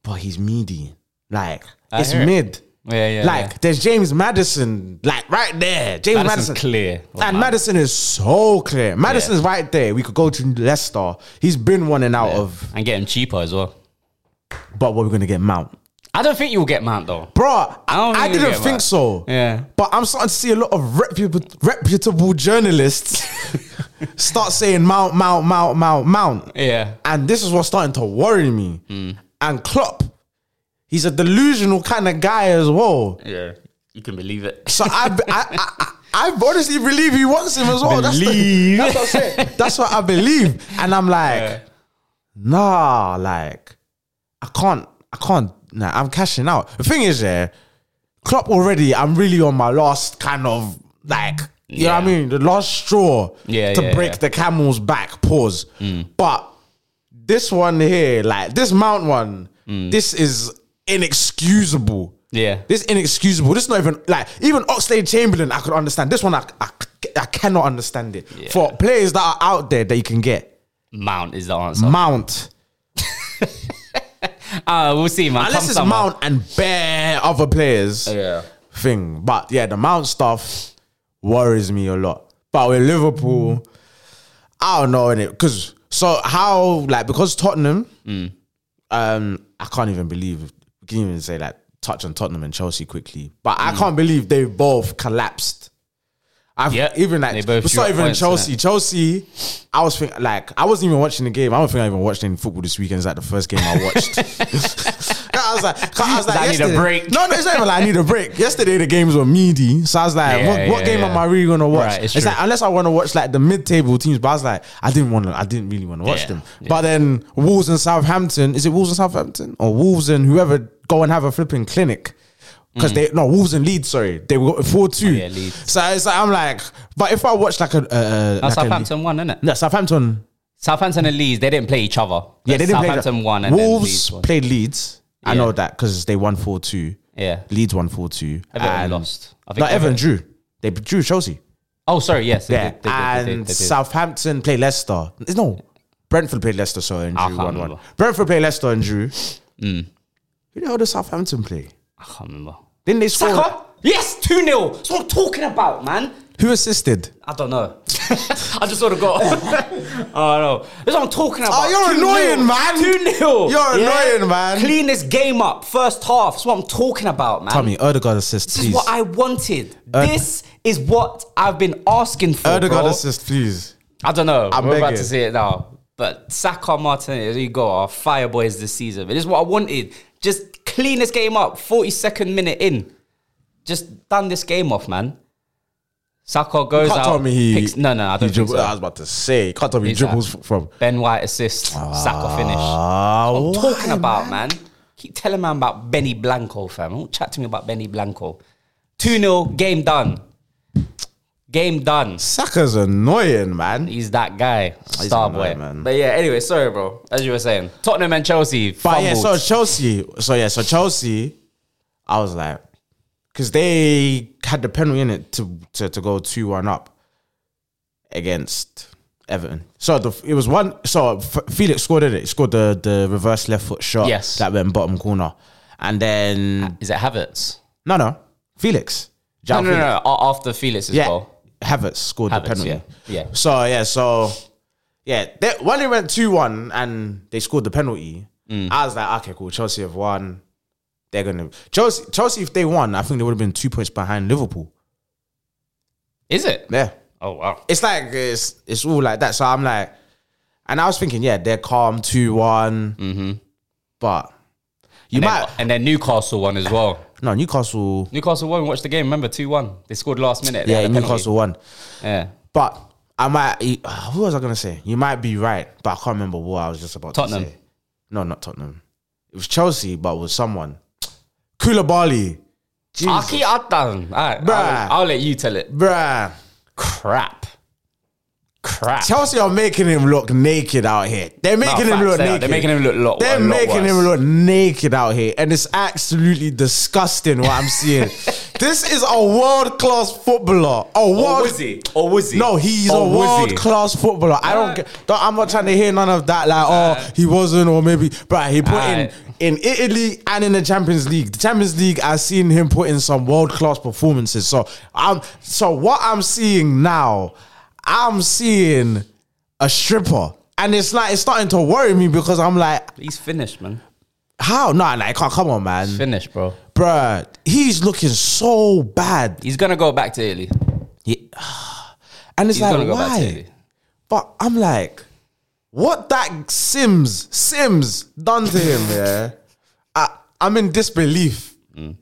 but he's meaty. Like it's hear it. mid. Yeah, yeah. like there's James Madison, like right there. James yeah. Madison's Madison clear. and Madison is so clear. Madison's right there. We could go to Leicester. He's been one and out of, and get him cheaper as well. but what we're gonna get Mount, I don't think you'll get Mount though. bro. I I, don't I think we'll didn't get think Mount. so. Yeah. (laughs) But I'm starting to see a lot of reputable, reputable journalists start saying Mount, Mount, Mount, Mount, Mount. Yeah. Hmm. And this is what's starting to worry me. And Klopp, he's a delusional kind of guy as well. Yeah. You can believe it. So I, I, I, I, I honestly believe he wants him as well. That's, the, Believe. that's what I'm saying. That's what I believe. And I'm like, nah, like, I can't, I can't, nah, I'm cashing out. The thing is, yeah, Klopp already, I'm really on my last kind of like, you know what I Yeah. mean? The last straw Yeah, to yeah, break yeah. Mm. the camel's back, pause. But this one here, like this mount one, Mm. this is inexcusable. Yeah. This is inexcusable. This is not even like even Oxlade Chamberlain. I could understand this one. I, I, I cannot understand it for players that are out there that you can get Mount is the answer. Mount. Uh, we'll see, man. Mm. Unless Come it's summer. Mount and bare other players Yeah. thing, but yeah, the Mount stuff worries me a lot. But with Liverpool, I don't know in it because so how like because Tottenham, Mm. um, I can't even believe we can even say like touch on Tottenham and Chelsea quickly, but Mm. I can't believe they both collapsed. I've Yeah, even they like both it's not drew even points, Chelsea. Chelsea, I was thinking like I wasn't even watching the game. I don't think I even watched any football this weekend. It's like the first game I watched. (laughs) I was like, I was like, I need a yesterday- break. No, no, it's not even like I need a break. Yesterday the games were meaty, so I was like, Yeah, what, what yeah, game yeah. am I really gonna watch? Right, it's it's like true. unless I want to watch like the mid-table teams, but I was like, I didn't want to, I didn't really want to watch Yeah, them. But then Wolves and Southampton, is it Wolves and Southampton or Wolves and whoever go and have a flipping clinic? Because they no Wolves and Leeds, sorry, they were four two. Mm. Oh, yeah, Leeds. So it's like, I'm like, but if I watch like a uh, Now like a- Southampton won, innit? no Southampton, Southampton and Leeds, they didn't play each other. yeah, they didn't play Southampton won and then Wolves Leeds won. played Leeds. I know Yeah. that because they won four two. Yeah. Leeds won four two. Everton lost. I No, Everton drew. They drew Chelsea. Oh, sorry, yes. They Yeah, did, they did, and they did, they did. Southampton played Leicester. No, Brentford played Leicester. So and I drew can't one one. remember. Mm. Brentford played Leicester and drew. Who the hell does Southampton play? I can't remember. Didn't they score? Saka? Yes, 2 0. That's what I'm talking about, man. Who assisted? I don't know. (laughs) I just sort of got. (laughs) oh no, that's what I'm talking about. you're 2-0. annoying, man. 2-0. You're annoying, man. Clean this game up first half. That's what I'm talking about, man. Tell me, Erdegaard assist, This please. Uh, is what I wanted. this is what I've been asking for, Erdegaard bro. assist, please. I don't know. I'm We're about begging. to see it now. But Saka Martinez, there you go, our fire boys this season. It is what I wanted. Just clean this game up. 42nd minute in. Just done this game off, man. Saka goes Can't out. tell me he. picks- no, no, I don't think he dribble- so. I was about to say. Can't tell me he dribbles f- from. Ben White assists, Saka finish. Oh, I'm talking about, man. Keep telling man about Benny Blanco, fam. Don't chat to me about Benny Blanco. 2 0, game done. Game done. Saka's annoying, man. He's that guy, star boy. annoying, man. But yeah, anyway, sorry, bro. As you were saying, Tottenham and Chelsea. But fumbled. yeah, so Chelsea. So yeah, so Chelsea. I was like, because they had the penalty in it to to, to go two one up against Everton. So the it was one. So F- Felix scored it. He scored the the reverse left foot shot. Yes. that went bottom corner, and then is it Havertz? no no Felix. No, João no, no, Felix. no. a- After Felix as Yeah, well. Havertz scored Havertz, the penalty. yeah. Yeah. So yeah, so yeah, they, when they went two one and they scored the penalty, Mm. I was like, okay, cool. Chelsea have won. They're gonna Chelsea. Chelsea, if they won, I think they would have been two points behind Liverpool. Is it? Yeah, Oh wow. it's like it's it's all like that. So I'm like, and I was thinking, yeah, they're calm two one, but you Mm-hmm. And might then, and then Newcastle won as well. no Newcastle. Newcastle won. Watch the game. Remember two one. They scored last minute. They Yeah, had a penalty. Newcastle won. Yeah. But I might. Who was I gonna say? You might be right, but I can't remember what I was just about Tottenham. to say. No, not Tottenham. It was Chelsea, but it was someone. Koulibaly. Jesus. Aki Adan. All right, I'll, I'll let you tell it. Bruh. Crap. Crap. Chelsea are making him look naked out here. They're No, making him facts, look they are. naked. They're making him look a lot. They're a lot making worse. him look naked out here, and it's absolutely disgusting what (laughs) I'm seeing. this is a world class footballer. A Or world Oh, was he? Or was he? No, he's Or a was he? world class footballer. I don't, Nah. get, don't. I'm not trying to hear none of that. Like, oh, he wasn't, or maybe, but he put Alright. in in Italy and in the Champions League. The Champions League, I've seen him put in some world class performances. So I'm. So what I'm seeing now, I'm seeing a stripper, and it's like it's starting to worry me because I'm like, He's finished, man. how? Nah, nah, can't. Come on, man, Finished, bro. bruh. He's looking so bad, He's gonna go back to Italy. and it's He's like, gonna go back to why? Italy. But I'm like, what that Sims Sims done to him? Yeah, I I'm in disbelief.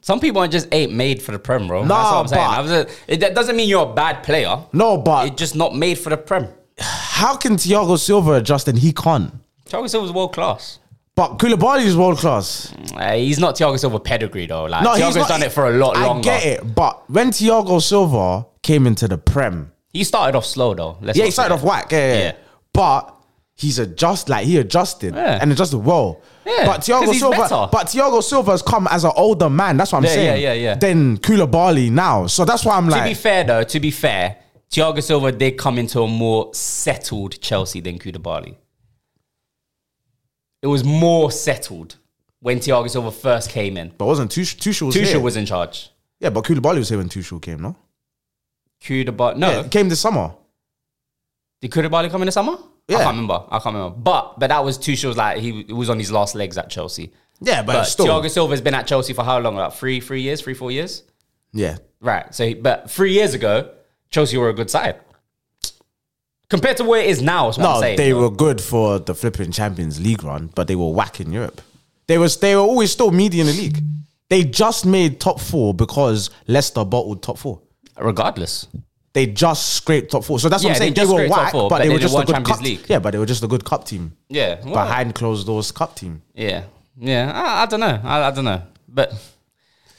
Some people are just ain't made for the prem, bro. That's Nah, what I'm saying. but- I was a- it, that doesn't mean you're a bad player. No, It's but just not made for the prem. how can Thiago Silva adjust and he can't? Thiago Silva's world class. But Koulibaly is world class. Uh, he's not Thiago Silva pedigree though. Like No, Thiago's he's not, done it for a lot longer. I get it, but when Thiago Silva came into the Prem, He started off slow though. Let's Yeah, not he started off forget. whack. Yeah, yeah. Yeah. But he's adjust like he adjusted Yeah. and adjusted well. Yeah, But 'cause Thiago he's Silva, better. but Thiago Silva's come as an older man. That's what I'm Yeah, saying. yeah, yeah, yeah. Then Koulibaly now, so that's why I'm To be like, fair though, to be fair, Thiago Silva did come into a more settled Chelsea than Koulibaly. It was more settled when Thiago Silva first came in. but wasn't Tuchel? Tuchel was Tuchel here. was in charge. yeah, but Koulibaly was here when Tuchel came. No, Koulibaly, no, yeah, came this summer. Did Koulibaly come in the summer? Yeah. I can't remember. I can't remember. But but that was Tuchel's like he was on his last legs at Chelsea. Yeah, but, But still, Thiago Silva's been at Chelsea for how long? Like three, three years, three, four years. yeah, Right. So, he- but three years ago, Chelsea were a good side compared to where it is now. Is what I'm no, saying. they though. were good for the flipping Champions League run, but they were whack in Europe. They was they were always still media in the league. They just made top four because Leicester bottled top four. regardless. they just scraped top four. So that's Yeah, what they I'm saying. They, just were scraped top whack, four, but but, they they were did just a one good Champions cup. League. Yeah, but they were just a good cup team Yeah. well, behind closed doors cup team. Yeah. Yeah. I, I don't know. I, I don't know. But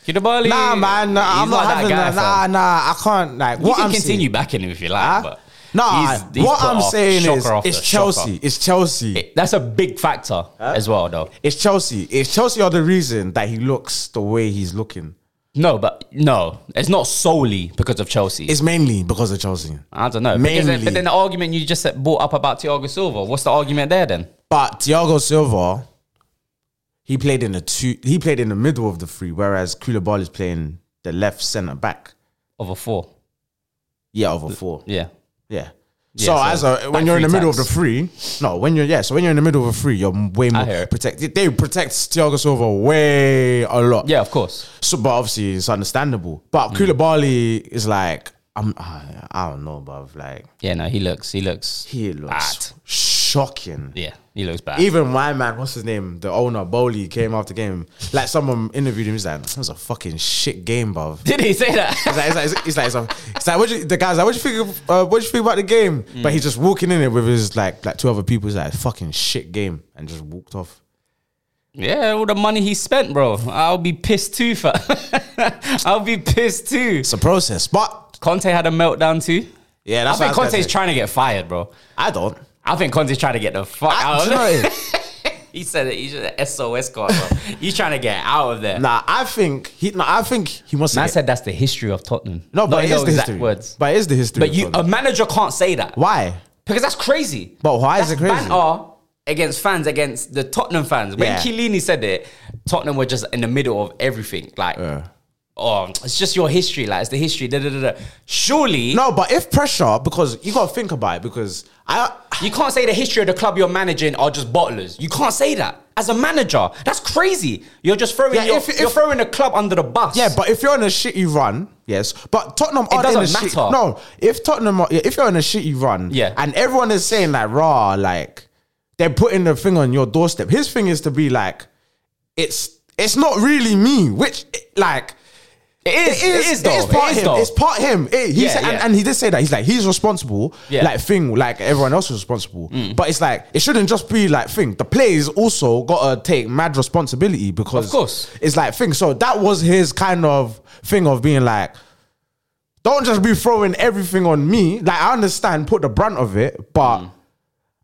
Koulibaly. Nah, man, nah, he's I'm not, having that. fam. Nah, nah, I can't. Like, You what can I'm continue saying, backing him if you like, Huh? but Ah, nah, he's- he's what put I'm off saying shocker is, after it's shocker. Chelsea. It's Chelsea. That's a big factor as well, though. it's Chelsea. It's Chelsea are the reason that he looks the way he's looking. No, but no, it's not solely because of Chelsea. It's mainly because of Chelsea. I don't know. Because then- mainly- but then the argument you just said- brought up about Thiago Silva, what's the argument there then? But Thiago Silva, he played in the two. He played in the middle of the three, whereas Koulibaly is playing the left centre back. Of a four. Yeah, over four. Yeah. Yeah. so so, as a back when you're in the three middle of times. the three, no, when you're yeah, so when you're in the middle of a three, you're way hear more it. protected. They protect Thiago Silva way a lot. Yeah, of course. So, but obviously it's understandable. But Koulibaly is like, I'm, I I don't know, but like Yeah, no, he looks, he looks, he looks Bad. shocking. yeah, he looks bad. Even my man, what's his name? The owner, Bowley, came after game. Like someone interviewed him. He's like, that was a fucking shit game, (laughs) bruv. Did he say that? It's like, it's like, it's like, it's like, it's like what you, the guy's like, what you think? Of, uh, what you think about the game? But he's just walking in it with his like, like two other people. He's like, fucking shit game, and just walked off. yeah, all the money he spent, bro. I'll be pissed too, fam. (laughs) I'll be pissed too. It's a process, but Conte had a meltdown too. yeah, I that's think what Conte's I, trying to get fired, bro. I don't. I think Conte's trying to get the fuck I, out do of you know there. what it is? He said it. He's an SOS card, bro. (laughs) He's trying to get out of there. nah, I think he. Nah, I think he (laughs) wants to. I Get, said that's the history of Tottenham. no, but Not it in is the exact history. words. But it is the history. But of you, a Tottenham. manager can't say that why? because that's crazy. But why is That's it crazy? Banter against fans against the Tottenham fans. When Yeah. Chiellini said it, Tottenham were just in the middle of everything. Like, oh, it's just your history. Like, it's the history. Da, da, da, da. Surely No, but if pressure, because you gotta think about it. Because I, you can't say the history of the club you're managing are just bottlers. You can't say that. As a manager, that's crazy. You're just throwing Yeah, your, if- you're if- throwing a club under the bus. Yeah, but if you're on a shitty run, yes. But Tottenham aren't in a doesn't shit- matter. no, if Tottenham, are, yeah, if you're on a shitty run, Yeah. and everyone is saying like raw, like they're putting the thing on your doorstep. His thing is to be like, it's it's not really me, which like. it is. It is, though. It's part it is him. though. It's part him. It- he Yeah, said, And, yeah. and he did say that he's like he's responsible. Yeah. Mm. Like thing, like everyone else is responsible. But it's like it shouldn't just be like thing. The players also gotta take mad responsibility because Of course. it's like thing. So that was his kind of thing of being like. Don't just be throwing everything on me. Like I understand, put the brunt of it, but Mm.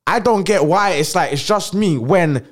I don't get why it's like it's just me when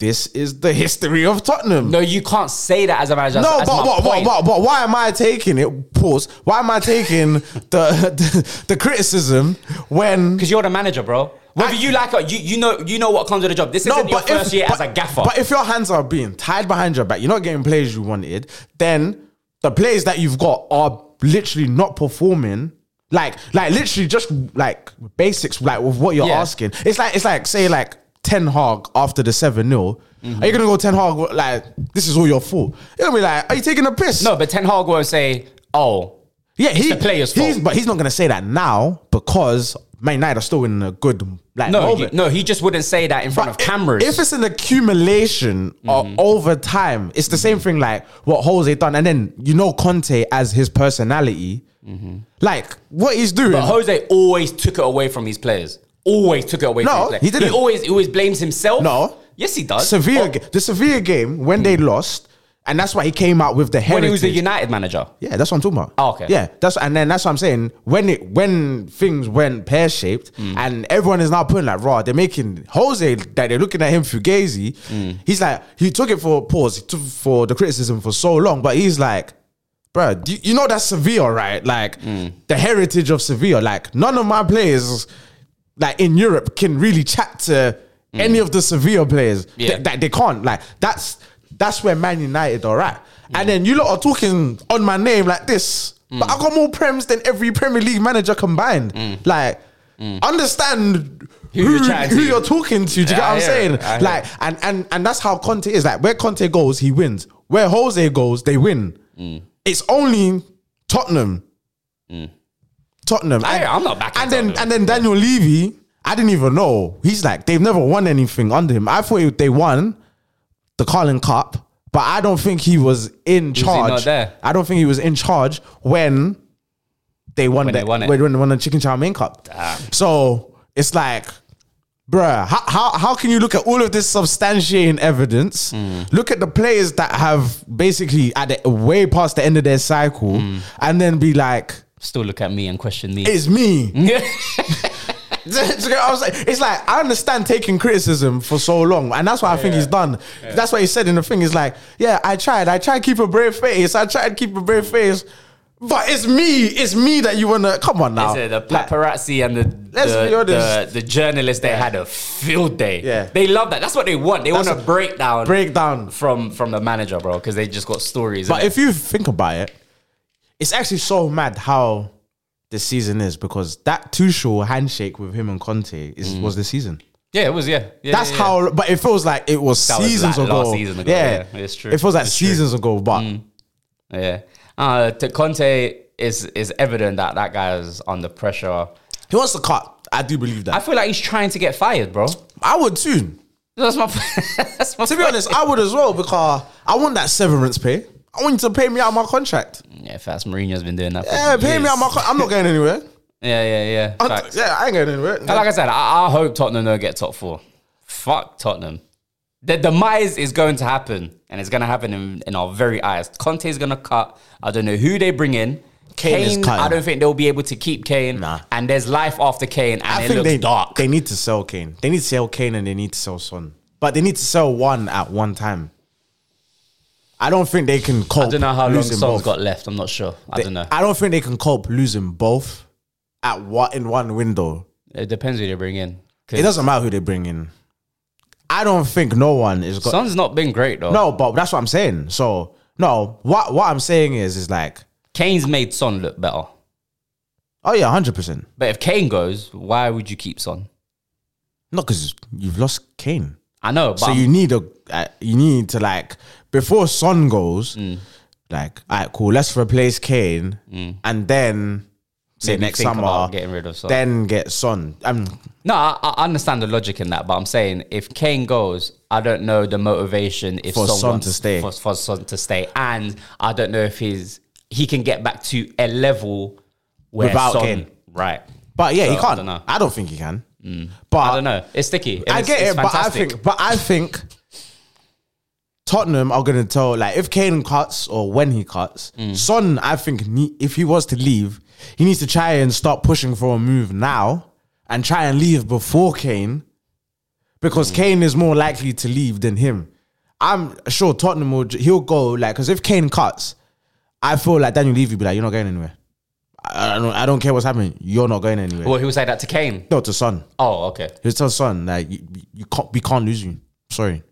this is the history of Tottenham. no, you can't say that as a manager. No, That's- that's but, my but, but, point. but, but why am I taking it? Pause. Why am I taking the, the the criticism when? Because you're the manager, bro. Whether I- you like it, you, you know you know what comes with the job. This isn't your first year but, as a gaffer. But if your hands are being tied behind your back, you're not getting players you wanted. Then the players that you've got are literally not performing. Like, like literally just like basics, like with what you're Yeah. asking. It's like it's like say like Ten Hag after the seven 0 Are you gonna go Ten Hag like this is all your fault? You're gonna be like, are you taking a piss? no, but Ten Hag won't say, "Oh, Yeah, he, the player's he's, fault. But he's not going to say that now because Man United are still in a good like No, you- moment. no, he just wouldn't say that in front of cameras. Mm-hmm. If it's an accumulation of over time, it's the same thing like what Jose done, and then you know Conte as his personality, like what he's doing. Mm-hmm. But Jose always took it away from his players. Always took it away No, from his players. he didn't. He always, he always blames himself. No. Yes, he does. Sevilla, Oh, ga- the Sevilla game when they lost, and that's why he came out with the heritage. when he was a United manager. Yeah, that's what I'm talking about. Oh, okay. Yeah, that's and then that's what I'm saying. When it when things went pear shaped, Mm. and everyone is now putting like raw, they're making Jose that they're looking at him fugazi. Mm. He's like he took it for pause he took for the criticism for so long, but he's like. Bro, do you, you know that's Sevilla, right? Like Mm. the heritage of Sevilla. Like none of my players, like in Europe, can really chat to any of the Sevilla players. Mm. Yeah. Th- that they can't. Like that's that's where Man United are at. And then you lot are talking on my name like this, but I got more prems than every Premier League manager combined. Like, understand Who who, who you're you're, chatting to. talking to. Do you get I what I'm hear saying? it, I hear Like, and and and that's how Conte is. Like, where Conte goes, he wins. Where Jose goes, they win. Mm. It's only Tottenham. Tottenham. I- And- I'm not backing And then Tottenham. and then Daniel Levy, I didn't even know. He's like they've never won anything under him. I thought they won the Carling Cup, but I don't think he was in charge. not there? I don't think he was in charge when they won When the they won it. when when they won the Chicken Chow Mein Cup. So it's like. Bruh, how, how, how can you look at all of this substantiating evidence? Hmm. Look at the players that have basically at the, way past the end of their cycle, Hmm. and then be like, Still look at me and question (laughs) me. "It's me." yeah, (laughs) I was like, it's like I understand taking criticism for so long, and that's what I think he's done. That's what he said in the thing. He's like, yeah, I tried. I tried to keep a brave face. I tried to keep a brave face, but it's me. It's me that you wanna come on now. the Like, paparazzi and the Oh. Let's the, be honest. the, the journalists, they had a field day. Yeah. They love that. That's what they want. They That's want a a breakdown breakdown. from from the manager, bro, because they just got stories. But innit? if you think about it, it's actually so mad how this season is because that Tuchel handshake with him and Conte is, was the season. Mm-hmm. yeah, it was, yeah. yeah That's yeah, yeah. how, but it feels like it was That was seasons like ago. last season ago, Yeah. yeah, it's true, It feels like it's true. Mm. seasons ago, but Yeah. Uh, to Conte is is evident that that guy is under pressure. he wants to cut. I do believe that. I feel like he's trying to get fired, bro. I would too. That's my. (laughs) that's my To be honest, I would as well because I want that severance pay. I want you to pay me out of my contract. yeah, fast Mourinho's been doing that. for Yeah, pay me years. out of my. Con- I'm not going anywhere. Yeah, yeah, yeah. I'm- Facts. yeah, I ain't going anywhere. And like I said, I, I hope Tottenham don't get top four. Fuck Tottenham. The demise is going to happen, and it's going to happen in, in our very eyes. Conte is going to cut. I don't know who they bring in. Kane is Kane, cutting. I don't think they'll be able to keep Kane. Nah. And there's life after Kane, and I it think looks they dark. They need to sell Kane. They need to sell Kane and they need to sell Son. But they need to sell one at one time. I don't think they can cope. I don't know how long losing Son's both. got left. I'm not sure. I They- don't know. I don't think they can cope losing both at what in one window. It depends who they bring in. 'Cause It doesn't matter who they bring in. I don't think no one is got Son's not been great though. No, but that's what I'm saying. So no, what what I'm saying is is like, Kane's made Son look better. oh yeah, hundred percent. But if Kane goes, why would you keep Son? Not because you've lost Kane, I know, but so I'm- you need a uh, you need to like before Son goes, Mm. like all right, cool, let's replace Kane, and then say maybe next think summer, about getting rid of Son. then get Son. Um, No, I, I understand the logic in that, but I'm saying if Kane goes, I don't know the motivation if For someone Son to stay. for, for Son to stay, and I don't know if he's he can get back to a level where Without Son, Kane. right? but yeah, he I can't. I don't, dunno. Mm. think he can. But I don't know. It's sticky. and I it's- get it's it, but I fantastic. think, but I think Tottenham are going to tell like if Kane cuts or when he cuts, Mm. Son. I think ne- if he was to leave, he needs to try and start pushing for a move now and try and leave before Kane, because Mm. Kane is more likely to leave than him. I'm sure Tottenham will. j- He'll go like because if Kane cuts, I feel like Daniel Levy be like, you're not going anywhere. I I don't. I don't care what's happening. You're not going anywhere. Well, he would say that to Kane. no, to Son. Oh, okay. Just tell son like you, you can't we can't lose you. Sorry.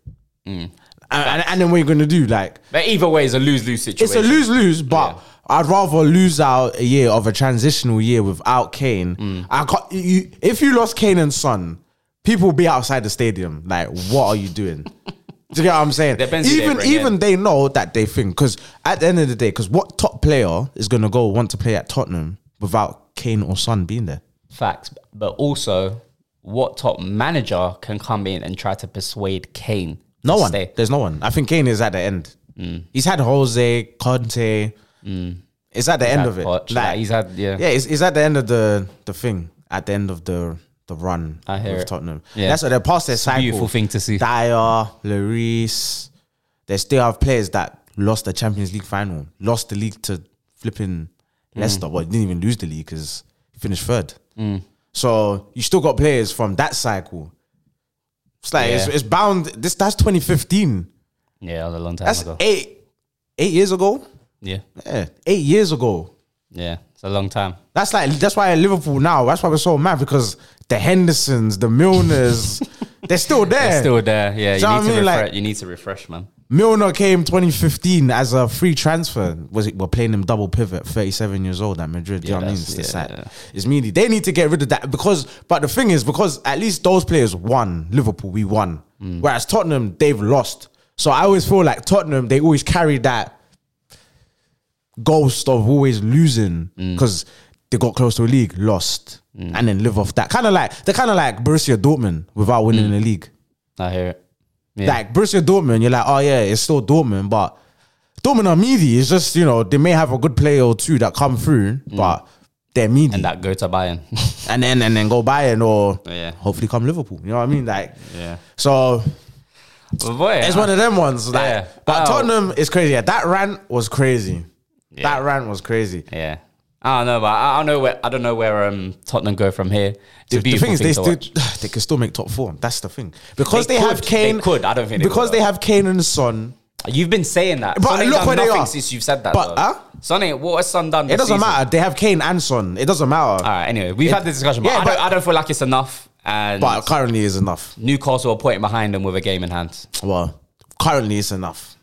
Mm. And, and, and then what you're gonna do? Like But either way, it's a lose lose situation. it's a lose lose, but I'd rather lose out a year of a transitional year without Kane. Mm. I can't, you, if you lost Kane and Son, people will be outside the stadium. Like, what are you doing? (laughs) Do you get what I'm saying? Depends who they even bring even in. they know that they think because at the end of the day, because what top player is gonna go want to play at Tottenham without Kane or Son being there? Facts. But also, what top manager can come in and try to persuade Kane? No to one. stay? Mm. There's no one. I think Kane is at the end. He's had Jose, Conte. It's at the end had of it. Poch, like, he's had- yeah. Yeah, it's, it's at the end of the the thing. At the end of the the run I hear with it. Tottenham. Yeah. That's what they're past their cycle. beautiful thing to see. Dyer, Lloris. They still have players that lost the Champions League final, lost the league to flipping Hmm. Leicester. Well, didn't even lose the league because he finished third. So you still got players from that cycle. It's like it's, Yeah. it's bound. This that's 2015. Yeah, that was a long time That's ago. eight eight years ago. Yeah, Yeah, eight years ago. yeah, it's a long time. That's like that's why Liverpool now. That's why we're so mad because the Hendersons, (laughs) the Milners, they're still there. It's still there. Yeah, you So I need to mean, like- refresh. You need to refresh, man. Milner came 2015 as a free transfer. Was it? We're playing him double pivot, 37 years old at Madrid. Do you know what I mean? It's, that's- this yeah, like- yeah. it's meaty. They need to get rid of that because. But the thing is, because at least those players won. Liverpool, we won. Mm. Whereas Tottenham, they've lost. So I always feel like Tottenham, they always carry that ghost of always losing Mm. because they got close to a league, lost, and then live off that. Kind of like they're kind of like Borussia Dortmund without winning Mm. the league. I hear it. Yeah. Like Borussia Dortmund, you're like, oh yeah, it's still Dortmund, but Dortmund are meaty. It's just you know they may have a good player or two that come through, but they're meaty, Mm. and and, that go to Bayern. (laughs) then and then go Bayern or Yeah. hopefully come Liverpool. You know what I mean? Like, yeah, so but boy, it's one of them ones. Like, Yeah. but Oh. Tottenham is crazy. Yeah, that rant was crazy. Yeah. That rant was crazy. yeah. I don't know, but I I don't know where I don't know where um Tottenham go from here. It's a The beautiful thing is, thing they to still watch. (sighs) they can still make top four. That's the thing because They they, have could. They Kane. could. I don't think they because will, they have Kane and Son. You've been saying that, But Son ain't look done where they nothing are. since you've said that. But, though. huh? Son ain't what has Son done? It doesn't matter. They have Kane and Son. It doesn't matter. All right. Anyway, we've had this discussion, but, yeah, I, don't, but- I don't feel like it's enough. And But currently is enough. Newcastle are pointing behind them with a game in hand. Well, currently it's enough.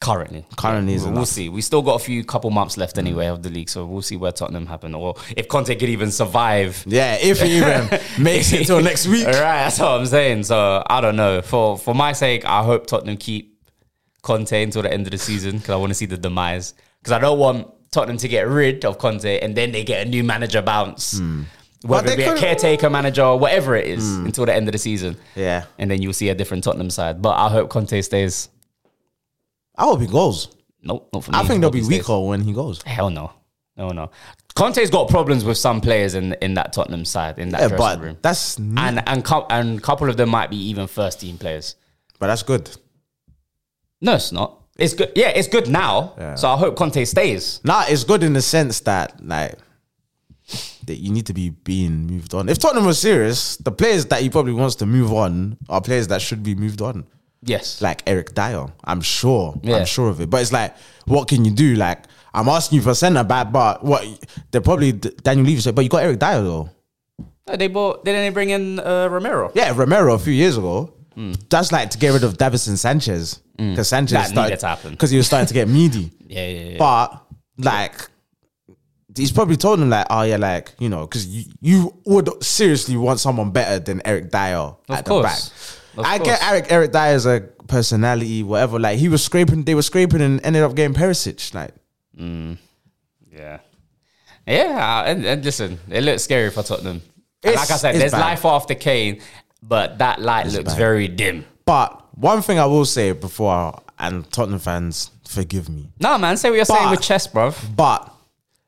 Currently, Currently is we'll enough. see. We still got a few couple months left anyway of the league, so we'll see where Tottenham happen or if Conte could even survive. Yeah, if (laughs) he even makes it (laughs) till next week. right, that's what I'm saying. So I don't know. For for my sake, I hope Tottenham keep Conte until the end of the season because I want to see the demise. Because I don't want Tottenham to get rid of Conte and then they get a new manager bounce, whether Hmm. But it they Hmm. be a could- caretaker manager or whatever it is, until the end of the season. Yeah. and then you'll see a different Tottenham side. But I hope Conte stays. I hope he goes. Nope, not for me. I think they'll Hope he be stays. weaker when he goes. Hell no. No, no. Conte's got problems with some players in in that Tottenham side, in that Yeah, dressing but room. that's new, And and cou- and couple of them might be even first team players. but that's good. No, it's not. It's good. Yeah, it's good now. So I hope Conte stays. Nah, it's good in the sense that like that you need to be being moved on. If Tottenham was serious, the players that he probably wants to move on are players that should be moved on. Yes. Like Eric Dyer, I'm sure. Yeah. I'm sure of it. But it's like, what can you do? Like, I'm asking you for centre back, but what they're probably Daniel Levy said, but you got Eric Dyer though. No, they bought. Didn't they bring in uh, Romero? Yeah, Romero a few years ago. That's like to get rid of Davison Sanchez because Sanchez Hmm. That started, needed to happen. because he was starting to get meaty. (laughs) Yeah, yeah, yeah. But like, he's probably told him like, oh yeah, like you know, because you, you would seriously want someone better than Eric Dyer at course. the Of back. I course. get Eric Eric Dyer's a personality, whatever. Like he was scraping, they were scraping, and ended up getting Perisic. Like Yeah. Yeah, uh, and, and listen, it looks scary for Tottenham. And It's- like I said, it's there's bad. life after Kane, but that light looks bad. very dim. But one thing I will say before, I, and Tottenham fans, forgive me, No, man, say what you're saying But- with chess, bruv. but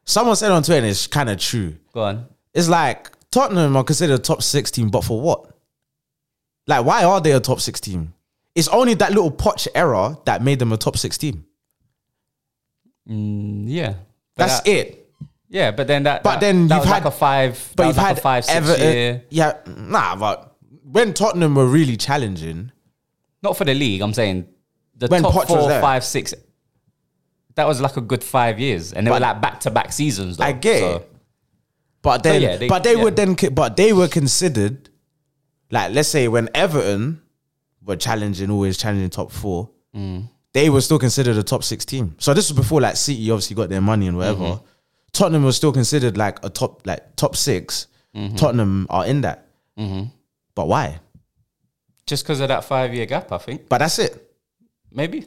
someone said on Twitter, and it's kind of true. Go on. It's like Tottenham are considered a top six team, but for what? Like, why are they a top six team? It's only that little Poch error that made them a top six team. Yeah. That's it. Yeah, but then that. But that- then that you've was like had- a five. But you've like had a five six Everton. year. Yeah, nah. But when Tottenham were really challenging, Not for the league. I'm saying the When top Poch was four, there. five, six. That was like a good five years, and they were like back to back seasons. Though, I get so- it. But then, yeah, they- but they yeah. were then, co- but they were considered, like let's say when Everton were challenging, always challenging top four, Mm. they were still considered a top six team. So this was before like City obviously got their money and whatever. Mm-hmm. Tottenham was still considered like a top, like top 6 Mm-hmm. Tottenham are in that, but why? just because of that five year gap, I think But that's it maybe,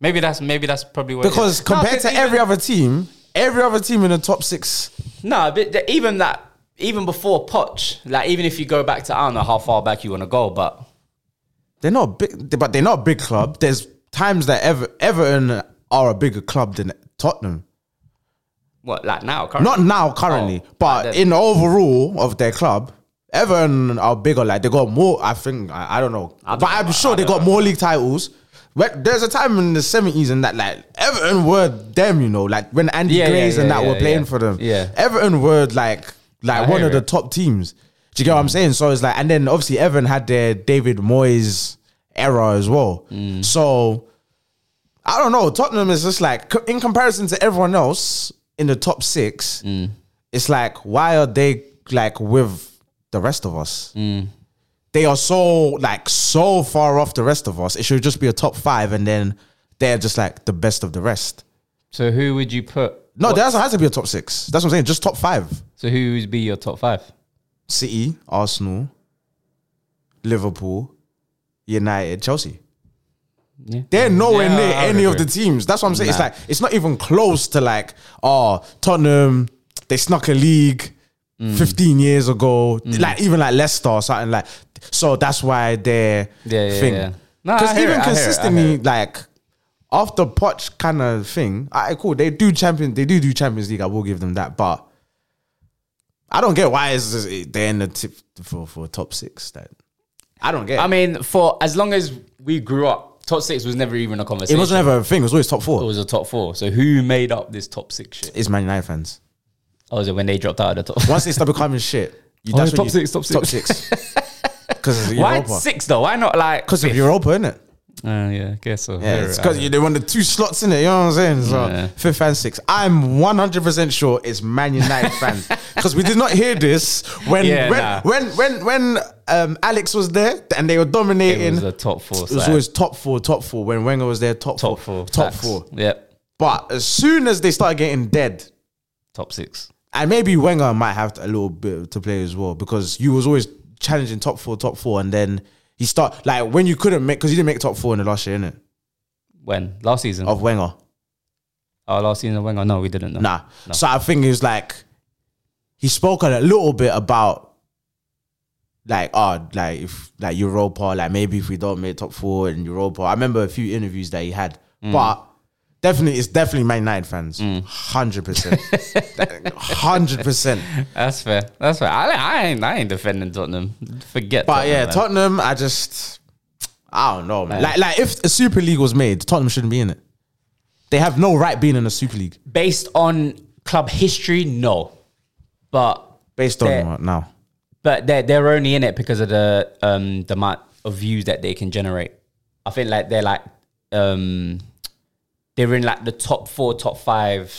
maybe that's maybe that's probably what it is. because No, compared to even- every other team, every other team in the top six, no, but the- even that even before Poch, like even if you go back to I don't know how far back you want to go, but They're not big, they- but they're not a big club. There's times that Ever, Everton are a bigger club than Tottenham. what like now? Currently? Not now, currently, Oh, but like that. in the overall of their club, Everton are bigger. Like they got more. I think I, I don't know, don't but know, I'm I- sure I they don't got more league titles. But there's a time in the seventies and that like Everton were them, you know, like when Andy Yeah, yeah, Glaze and yeah, that were yeah, playing yeah. for them. Yeah. Everton were like like I one hear of the it. top teams. Do you get what I'm saying? So it's like, and then obviously Everton had their David Moyes era as well. Mm. So I don't know. Tottenham is just like co- in comparison to everyone else in the top six. Mm. It's like why are they like with the rest of us? Mm. They are so like so far off the rest of us. It should just be a top five, and then they're just like the best of the rest. So who would you put? No, there has, has to be a top six. That's what I'm saying. Just top five: So who would be your top five? City, Arsenal, Liverpool, United, Chelsea. Yeah. They're nowhere Yeah, near I any of the agree. teams. That's what I'm saying. It's Nah. like it's not even close to like oh Tottenham. They snuck a league Mm. 15 years ago. Like even like Leicester or something like. So that's why they're Yeah, yeah, thing. yeah. Because No, I hear it, even I hear it, I hear consistently like after Poch kind of thing. I cool. They do champion. They do do Champions League. I will give them that, but. I don't get why is they're in the tip for, for top six. That I don't get. I mean, for as long as we grew up, top six was never even a it conversation. wasn't ever a thing. It was always top It four. was a top four. So who made up this top six shit? It's Man United fans. Oh, is it when they dropped out of the top? Once they start becoming (laughs) shit, you, Oh, that's yeah, when top you- six, top top six. (laughs) six. Because of Why Europa. six though? Why not like? Because of fifth? Europa, innit? Uh, yeah, I guess so. Yeah, You're it's right. because they wanted two slots in it. You know what I'm saying? So Yeah. fifth and six. I'm 100 percent sure it's Man United (laughs) fans because we did not hear this when Yeah, when, nah. when when when um, Alex was there and they were dominating. it was a top four. it was always top four, top four. When Wenger was there, top, top four, four. top facts. four. Yep. But as soon as they started getting dead, Top six. And maybe Wenger might have a little bit to play as well because you was always challenging top four, top four, and then he start like when you couldn't make because you didn't make top four in the last year, innit? When last season? Of Wenger, Oh, last season of Wenger. No, we didn't. No. nah. So I think it was like he spoke a little bit about like oh like if like Europa, like maybe if we don't make top four in Europa. I remember a few interviews that he had, but. Definitely, it's definitely Man United fans. Hundred percent, hundred percent. That's fair. That's fair. I, I ain't. I ain't defending Tottenham. Forget. But yeah, Tottenham, man. Tottenham, I just I don't know, man. Like like if a Super League was made, Tottenham shouldn't be in it. They have no right being in a Super League based on club history, no. But based on They're- what now. but they're they're only in it because of the um the amount of views that they can generate. I think like they're like um they're in like the top four, top five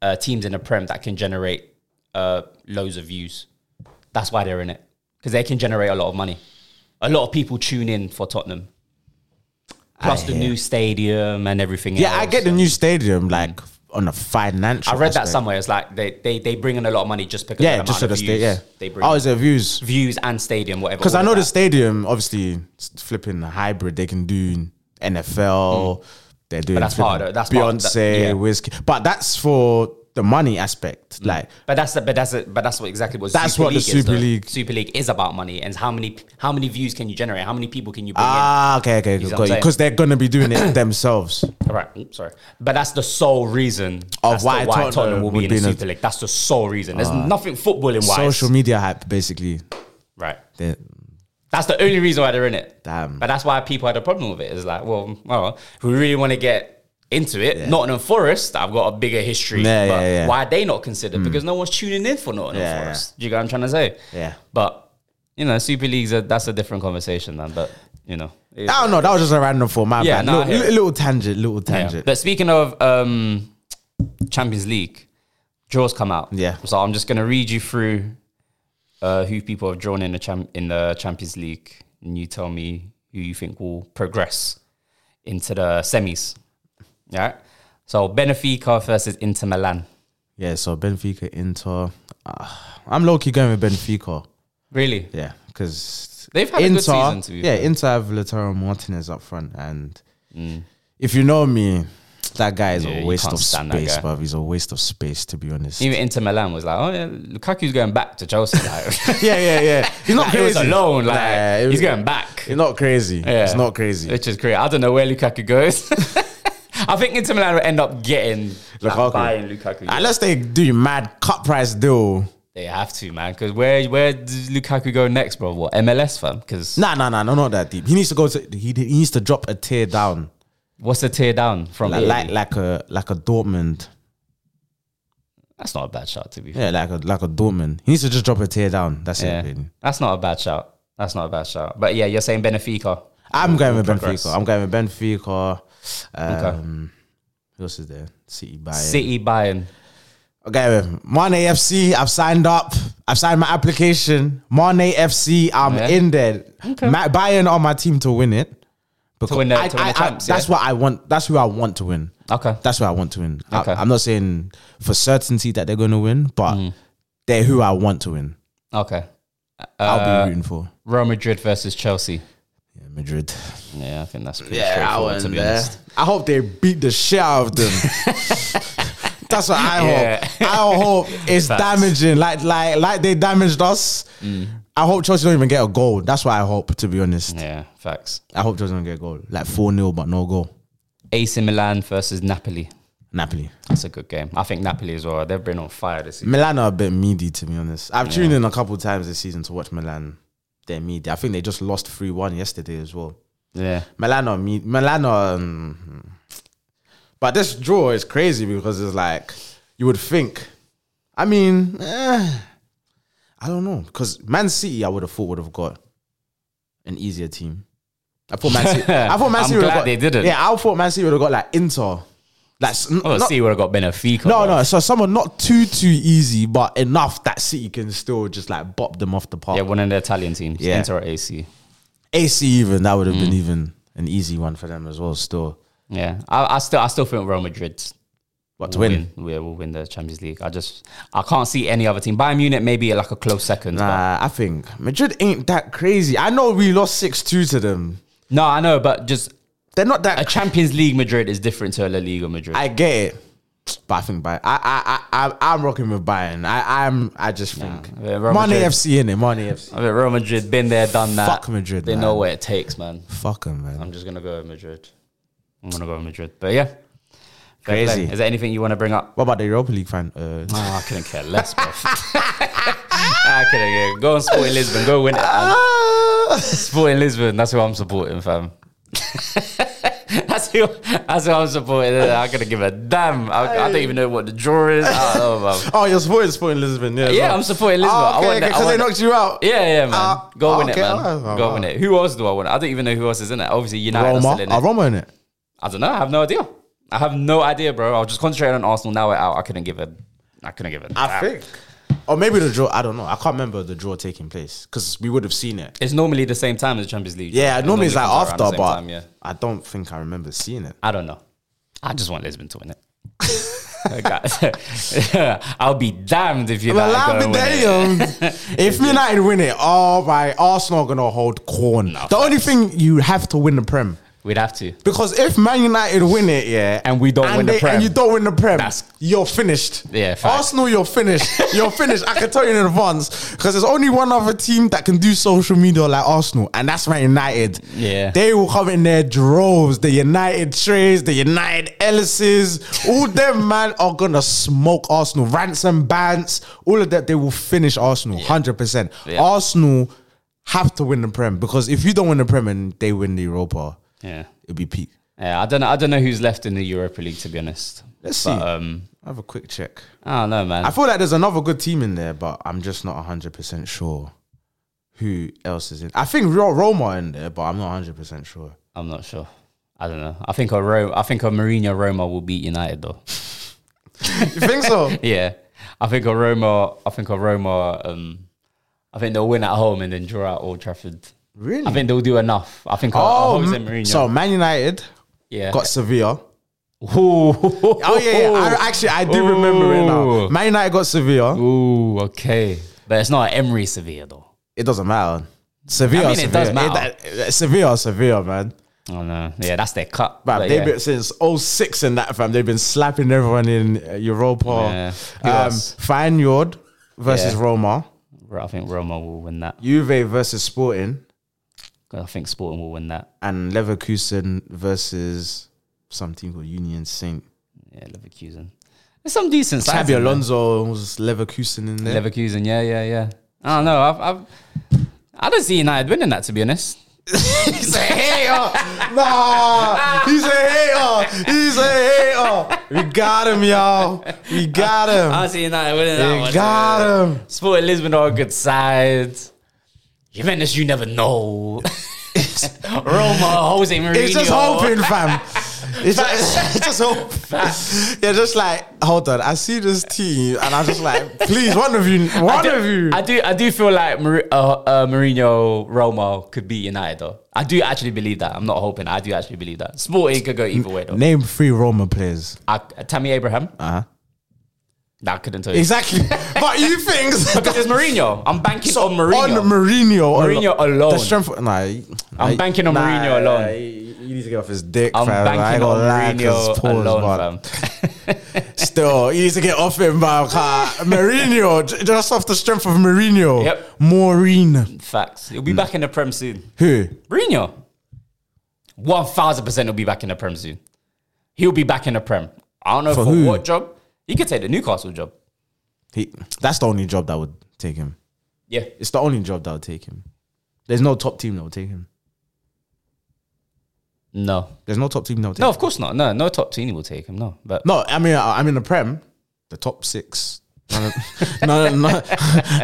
uh, teams in the Prem that can generate uh loads of views. That's why they're in it because they can generate a lot of money. A lot of people tune in for Tottenham. Plus the new stadium and everything. Yeah, I else. get the new stadium like on a financial. I read that aspect. somewhere. It's like they they they bring in a lot of money just because Yeah, of the just amount for of the views stadium. Yeah, they bring oh, in. is there views? views and stadium whatever. Because I all know of the that. stadium obviously it's flipping hybrid. They can do NFL. They're doing Mm. that's part of flipping it. That's part of that- Beyonce, yeah. Mm. whiskey, but that's for the money aspect. Like But that's the, but that's the, but that's what exactly what That's what the is, Super though. League- Super League is about money and how many how many views can you generate? How many people can you bring ah, okay, okay, see what I'm saying? because they're gonna be doing it (coughs) themselves. in? All right, oops, sorry. But that's the sole reason as to why Tottenham will would be in the be in a- Ah. Super League. That's the sole reason. There's nothing footballing wise. social media hype, basically. Right. They- That's the only reason why they're in it. Damn. But that's why people had a problem with it. It's like, well, well, if we really want to get into it, Nottingham Forest, I've got a bigger history. Yeah, but yeah, yeah. why are they not considered? Because no one's tuning in for Nottingham Yeah, Forest. Do you get what I'm trying to say? Yeah. But you know, Super League's a, that's a different conversation, man. But you know, it is- I don't know. Oh, That was just a random for my Yeah, bad. no, I little, hear it. little tangent, little yeah. tangent. But speaking of um, Champions League, draws come out. Yeah. So I'm just gonna read you through uh, who people have drawn in the champ in the Champions League, and you tell me who you think will progress into the semis. All right. So Benfica versus Inter Milan. Yeah, so Benfica, Inter. Uh, I'm low key going with Benfica. Really? Yeah, because They've had a good season, to be yeah, fair. Inter have Lautaro Martinez up front, and if you know me, That guy is Mm. Yeah, a you waste can't of stand that space, guy. bruv. He's a waste of space, to be honest. Even Inter Milan was like, oh yeah, Lukaku's going back to Chelsea. Like, (laughs) (laughs) yeah, yeah, yeah. He's not like, he crazy. was alone. Like Nah, it- he's going back. He's not crazy. Yeah. It's not crazy. Which is great. I don't know where Lukaku goes. (laughs) I think Inter Milan will end up getting Lukaku. Lukaku. buying Lukaku. yeah. Unless they do mad cut price deal. They have to, man. Because where where does Lukaku go next, bro? What MLS fam? Because Nah, nah, nah, no, not that deep. He needs to go to. He, he needs to drop a tier down, what's the tear down from? like, Italy? like like a like a Dortmund. That's not a bad shot to be fair. Yeah, like a like a Dortmund. He needs to just drop a tier down. That's Yeah. it. Really. That's not a bad shot. That's not a bad shot. But yeah, you're saying Benfica. I'm going with progress. Benfica. I'm going with Benfica. Um, Who else is there? City Bayern. City Bayern. Okay, Mane FC. I've signed up. I've signed my application. Mane FC. I'm Yeah. in there. Ma- Bayern on my team to win it. Because win the- to win the champs, that's yeah? what I want. That's who I want to win. Okay. That's what I want to win. Okay. Mm. I, am not saying for certainty that they're going to win, but they're who I want to win. Okay. I'll Uh, be rooting for Real Madrid versus Chelsea. yeah, Madrid. Yeah, I think that's pretty straightforward to be honest. I hope they beat the shit out of (laughs) them. That's what I Yeah. hope. I hope it's Facts. Mm. damaging, like like like they damaged us. I hope Chelsea don't even get a goal. That's what I hope. To be honest, Yeah, facts. I hope Chelsea don't get a goal, like four 0 but no goal. AC Milan versus Napoli. Napoli, That's a good game. I think Napoli as well. They've been on fire this season. Milan are a bit meaty. To be honest, I've tuned in a couple times this season to watch Milan. They're meaty. I think they just lost three one yesterday as well. Yeah. Milan are me Milan are, um, but this draw is crazy because it's like you would think. I mean, eh, I don't know because Man City, I would have thought would have got an easier team. I thought Man City. I thought Man (laughs) I'm City would have glad got. they didn't. Yeah, I thought Man City would have got like Inter. Like, s- n- Oh, not- City would have got Benfica. no, bro. no. So someone not too too easy, but enough that City can still just like bop them off the park. Yeah, one of the Italian teams. Yeah. Inter or AC. AC even that would have Mm. been even an easy one for them as well. Still, Yeah, I, I still I still think Real Madrid what to will win? We will win the Champions League. I just I can't see any other team. Bayern Munich maybe like a close second. but- Nah, I think Madrid ain't that crazy. I know we lost six two to them. No, I know, but just They're not that. a Champions League Madrid is different to a La Liga Madrid. I get it, but I think Bayern. I I I, I I'm rocking with Bayern. I I'm I just think Yeah, Money Real Mane Madrid. FC in it. Mane FC. I mean, Real Madrid been there, done that. Fuck Madrid, They man. know what it takes, man. Fuck 'em, man. I'm just gonna go with Madrid. I'm gonna go with Madrid. But yeah, Fair play. Crazy. Is there anything you want to bring up? What about the Europa League fan? (laughs) Uh, (laughs) Oh, I couldn't care less, bro. (laughs) I couldn't care. Go and support Lisbon. Go win it. (laughs) man. Supporting Lisbon. That's who I'm supporting, fam. (laughs) that's who. That's who I'm supporting. I'm gonna give a damn. I, I don't even know what the draw is. I don't know, (laughs) fam. oh, you're supporting supporting Lisbon, yeah? as Yeah, well. I'm supporting Lisbon. Oh, I okay, want that- I because they want knocked you out. Yeah, yeah, man. Ah, Go win okay, it, man. alright, Go alright. win it. Who else do I want? I don't even know who else is in it. Obviously, United are Roma, still in are it. Roma in it? I don't know. I have no idea. I have no idea, bro. I was just concentrating on Arsenal. Now we're out. I couldn't give a. I couldn't give a. I damn. think. Or maybe the draw. I don't know. I can't remember the draw taking place because we would have seen it. it's normally the same time as Champions League. Yeah, normally it's like comes out around the same after, but time, yeah. I don't think I remember seeing it. I don't know. I just want Lisbon to win (laughs) it. (laughs) I got- (laughs) I'll be damned if you're Well, not I'll going be to win it. damned. (laughs) if United win it, all right, Arsenal are gonna hold corn. the only thing you have to win the Prem We'd have to. because if Man United win it, yeah, And we don't win the Prem. and you don't win the Prem, That's- you're finished. Yeah, facts. Arsenal, (laughs) you're finished. You're finished. I can tell you in advance because there's only one other team that can do social media like Arsenal, and that's Man United. Yeah. they will come in their droves. The United Trays, the United Ellises, all them man are gonna smoke Arsenal. Ransom bands, all of that. They will finish Arsenal, hundred percent. Yeah. Arsenal have to win the Prem because if you don't win the Prem and they win the Europa, Yeah. it'll be peak. Yeah, I don't know. I don't know who's left in the Europa League to be honest. Let's see. But, um, I have a quick check. I don't know, man. I feel like there's another good team in there, but I'm just not 100% sure who else is in. I think Ro- Roma are in there, but I'm not 100% sure. I'm not sure. I don't know. I think a Rome, I think a Mourinho Roma will beat United though. You think so? yeah, (laughs) I think a Roma. I think a Roma. Um, I think they'll win at home and then draw out Old Trafford. Really? I think they'll do enough. I think. Oh, oh, Jose m- Mourinho. so Man United yeah. got Sevilla. (laughs) oh Oh, yeah, yeah. I, actually, I do remember it now. Man United got Sevilla. Ooh, okay. But it's not Emery Sevilla though. It doesn't matter. Sevilla, I mean, it Sevilla. does matter. It- uh, Sevilla, Sevilla, man. Oh no, yeah, that's their cup. But But they've yeah. been since 06 and that fam. They've been slapping everyone in uh, Europa. Yeah. Who Um, else? Feyenoord versus Yeah. Roma. I think Roma will win that. Juve versus Sporting, I think Sporting will win that. and Leverkusen versus some team called Union Saint. Yeah, Leverkusen. There's some decent sides. Xabi in there. Alonso was Leverkusen in there. Leverkusen, yeah, yeah, yeah. I don't know. I've, I've, I don't see United winning that, to be (laughs) honest. (laughs) oh. He's a hater. Nah, he's a hater. He's a hater. We got him, y'all. We got I him. don't see United winning that We one. got him. Sporting Lisbon are a good side. Juventus, you never (laughs) know. Roma, Jose Mourinho. It's just hoping, fam. It's just, (laughs) it's just hope. Yeah, just like hold on. I see this team, and I'm just like, please, one of you, I one do, of you. I do, I do feel like Mar- uh, uh, Mourinho, Roma could beat United though. I do actually believe that. I'm not hoping. I do actually believe that. Sporting could go either way though. Name three Roma players. I, Tammy Abraham. Uh Uh-huh. Nah, I couldn't tell you. Exactly, (laughs) but you (laughs) think Because it's Mourinho. I'm banking on Mourinho. on Mourinho, al- Mourinho alone. The strength, nah, I'm banking on Mourinho alone. You need to get off his dick, I'm fam. I ain't banking gonna lie, on 'cause Mourinho pause, but- alone, fam. (laughs) Still, he needs to get off him, man. Mourinho, (laughs) j- just off the strength of Mourinho. Yep. Maureen. Facts. He'll be Mm. back in the Prem soon. Who? Mourinho. 1000% he'll be back in the Prem soon. He'll be back in the Prem. I don't know For for, who? what job. He could take the Newcastle job. He, that's the only job that would take him. Yeah. It's the only job that would take him. There's no top team that would take him. No. There's no top team that would take No, him. of course not. No, no top team will take him. No. But No, I mean, I, I'm in the Prem, the top six. None of, (laughs) none, none,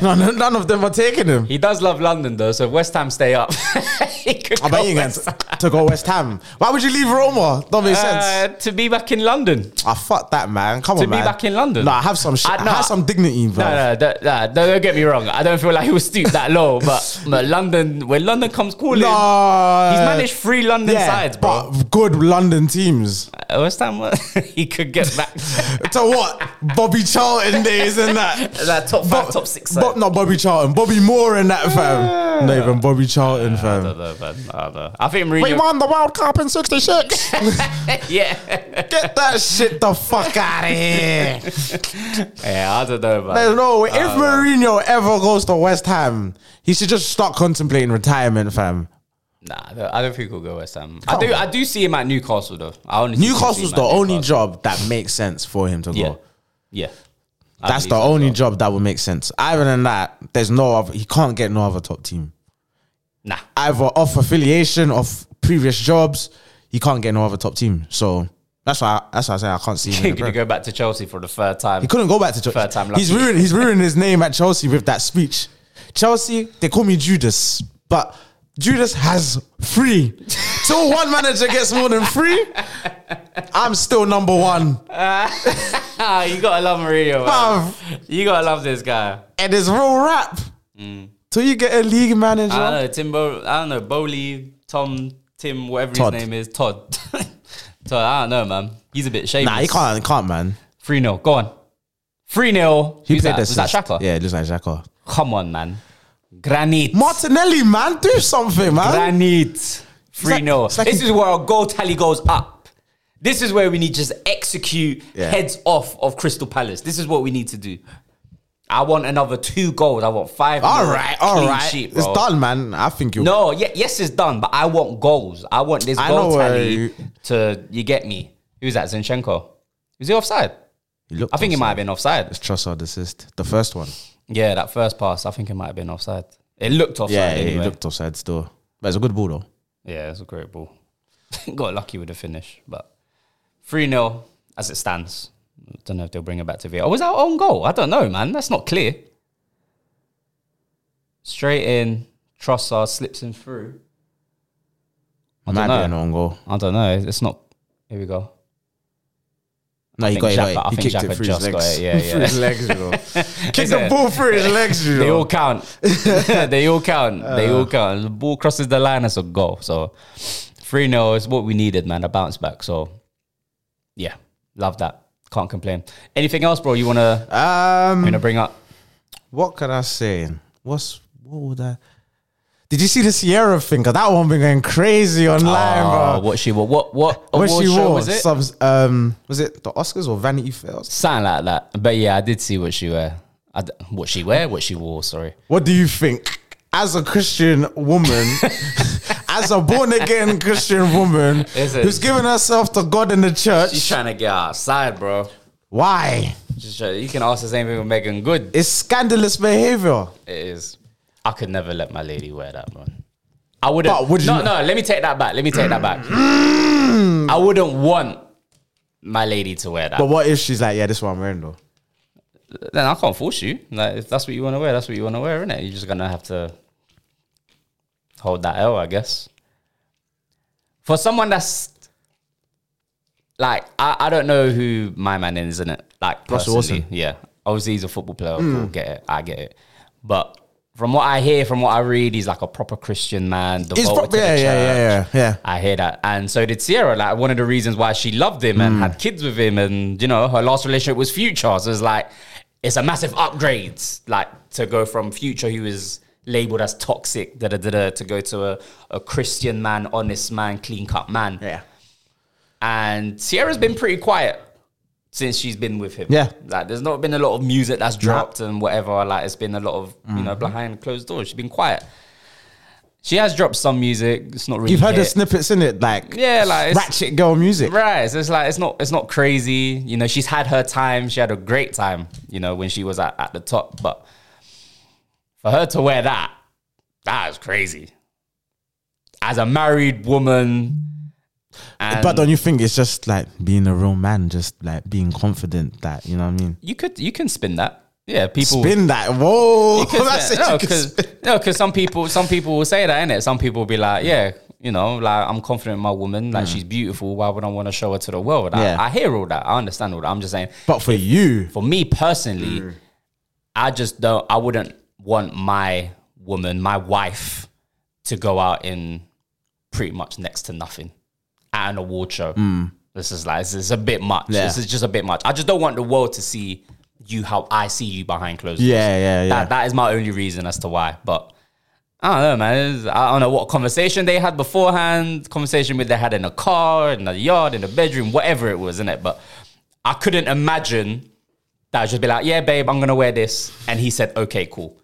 none, (laughs) none of them are taking him. he does love London though, so if West Ham stay up. (laughs) he could I go bet you again West to go West Ham. Why would you leave Roma? Don't make sense. Oh. Uh, to be back in London. I fuck that man. Come on, be man. back in London. No, I have some. Sh- I- no, have some dignity, bro. No, no, no, no, no, don't get me wrong. I don't feel like he will stoop that low, (laughs) but, but London, when London comes calling, No. he's managed three London sides, bro. But good London teams. Uh, West Ham, (laughs) uh, he could get (laughs) back To what? Bobby Charlton days and that. (laughs) that top five, Bo- top six. Bo- side. not Bobby Charlton. Bobby Moore and that, fam. Not even Bobby Charlton, I fam. don't know, man. I don't know. I think We Mourinho. won the World Cup (laughs) in 66. yeah, Get that shit the fuck out of here. (laughs) yeah. I don't know, man. There's no way. If Mourinho ever goes to West Ham, he should just start contemplating retirement, fam. Nah, I don't, I don't think he'll go West Ham. I do. I do see him at Newcastle though. I honestly do see Newcastle's him the at only Newcastle. job that makes sense for him to go. Yeah, yeah. I That's believe the so. only job that would make sense. Other than that, there's no other. He can't get no other top team. (laughs) Nah, Either off affiliation of previous jobs, he can't get no other top team. So that's why. that's why I say I can't see him. he's (laughs) in the gonna go Prem. back to Chelsea for the third time. He couldn't go back to Chelsea. Third time lucky. he's ruined. He's ruined his name at Chelsea with that speech. Chelsea, they call me Judas, but Judas has three. Till one manager gets more than three, I'm still number one. (laughs) Ah, you gotta love Mourinho. man. Bruv, You gotta love this guy. and it's real rap. Till you get a league manager. I don't know, Timbo. I don't know, Bowley, Tom, Tim, whatever Todd. his name is, Todd. (laughs) Todd, I don't know, man. He's a bit shameless. Nah, he can't, he can't, man. 3 0. Go on. 3 0. He Who's played that? this. Was that Shaka? Yeah, it looks like Xhaka. Come on, man. Granite. Martinelli, man, do something, man. Granite. 3 0. Oh. it's like this he- is where our goal tally goes up. This is where we need to just execute Yeah. heads off of Crystal Palace. This is what we need to do. I want another two goals. I want five. all right, all clean right. sheet, it's bro. done, man. I think you. No, yeah, yes, it's done, but I want goals. I want this I know goal where tally you- to you get me. Who's that? Zinchenko. Is he offside? He looked I think he offside. might have been offside. It's Trossard assist, the first one. Yeah, that first pass, I think it might have been offside. It looked offside Yeah, he anyway. looked offside still, but it's a good ball though. yeah, it was a great ball. (laughs) Got lucky with the finish, but 3 0 as it stands. Don't know if they'll bring it back to VAR. Oh, was that on goal? I don't know, man. That's not clear. Straight in, Trossard slips him through. I don't Might be know. an own goal. I don't know. It's not. Here we go. No, he think got it. Xhaka- I got it. He think kicked Xhaka it through his just got legs. it, yeah, (laughs) through yeah. his (laughs) legs, you know. Kicked the it? ball through his legs, you (laughs) They all know. count. they all count. they all count. The ball crosses the line as a goal. So 3 0 is what we needed, man. A bounce back. So yeah, love that. Can't complain. Anything else, bro, you wanna you Um, wanna bring up? what can I say? What's what would I? Did you see the Sierra thing? 'Cause that one been going crazy online, Ah, Oh, bro. what she wore? What what What award she show wore? was it? Some, um, was it the Oscars or Vanity Fair? Something like that. But yeah, I did see what she wear. I d- what she wear? What she wore? Sorry. What do you think? As a Christian woman, (laughs) as a born again Christian woman Listen. who's given herself to God and the church, trying to get outside, bro. why? Just try- you can ask the same thing with Megan Good. It's scandalous behavior. It is. I could never let my lady wear that, man. I wouldn't. But would you- Mm. no, no. Let me take that back. Let me take that back. I wouldn't want my lady to wear that. But what if she's like, yeah, this is what I'm wearing though? then I can't force you. Like if that's what you want to wear, that's what you want to wear, isn't it? You're just gonna have to hold that L, I guess. For someone that's like, I, I don't know who my man is, isn't it? Like Russell personally, Wilson. Hmm. yeah. Obviously, he's a football player. Cool, get it? I get it. But from what I hear, from what I read, he's like a proper Christian man. It's devoted to prob- the yeah, yeah, yeah, yeah, church. yeah. I hear that. And so did Sierra. Like one of the reasons why she loved him Mm. and had kids with him, and you know, her last relationship was Future. So it's like it's a massive upgrade. Like to go from Future, who was labeled as toxic, da da da da, to go to a, a Christian man, honest man, clean cut man. Yeah. And Sierra's been pretty quiet since she's been with him. Yeah. Like there's not been a lot of music that's dropped and whatever. Like it's been a lot of, you Mm-hmm. know, behind closed doors. She's been quiet. She has dropped some music. It's not really You've heard the hit. snippets in it, like Yeah, like, it's- ratchet girl music. Right. So it's like it's not it's not crazy. You know, she's had her time. She had a great time, you know, when she was at, at the top. But for her to wear that, that is crazy. As a married woman. And But don't you think it's just like being a real man, just like being confident that you know what I mean? you could you can spin that. Yeah, people Spin that, whoa! (laughs) Cause, (laughs) That's it, uh, no, you can because spin. some people some people will say that, innit? Some people will be like, yeah, you know, like I'm confident in my woman, like she's beautiful. Why would I want to show her to the world? I, Mm. Yeah. I hear all that. I understand all that. I'm just saying, But for you, for me personally, Mm. I just don't. I wouldn't want my woman, my wife, to go out in pretty much next to nothing at an award show. This is like this is a bit much. Mm. Yeah. This is just a bit much. I just don't want the world to see you how I see you behind closed doors. yeah, yeah, yeah. That, that is my only reason as to why. But I don't know, man. It was- I don't know what conversation they had beforehand, conversation with they had in a car, in the yard, in the bedroom, whatever it was, innit? But I couldn't imagine that I'd just be like, yeah, babe, I'm going to wear this. And he said, okay, cool.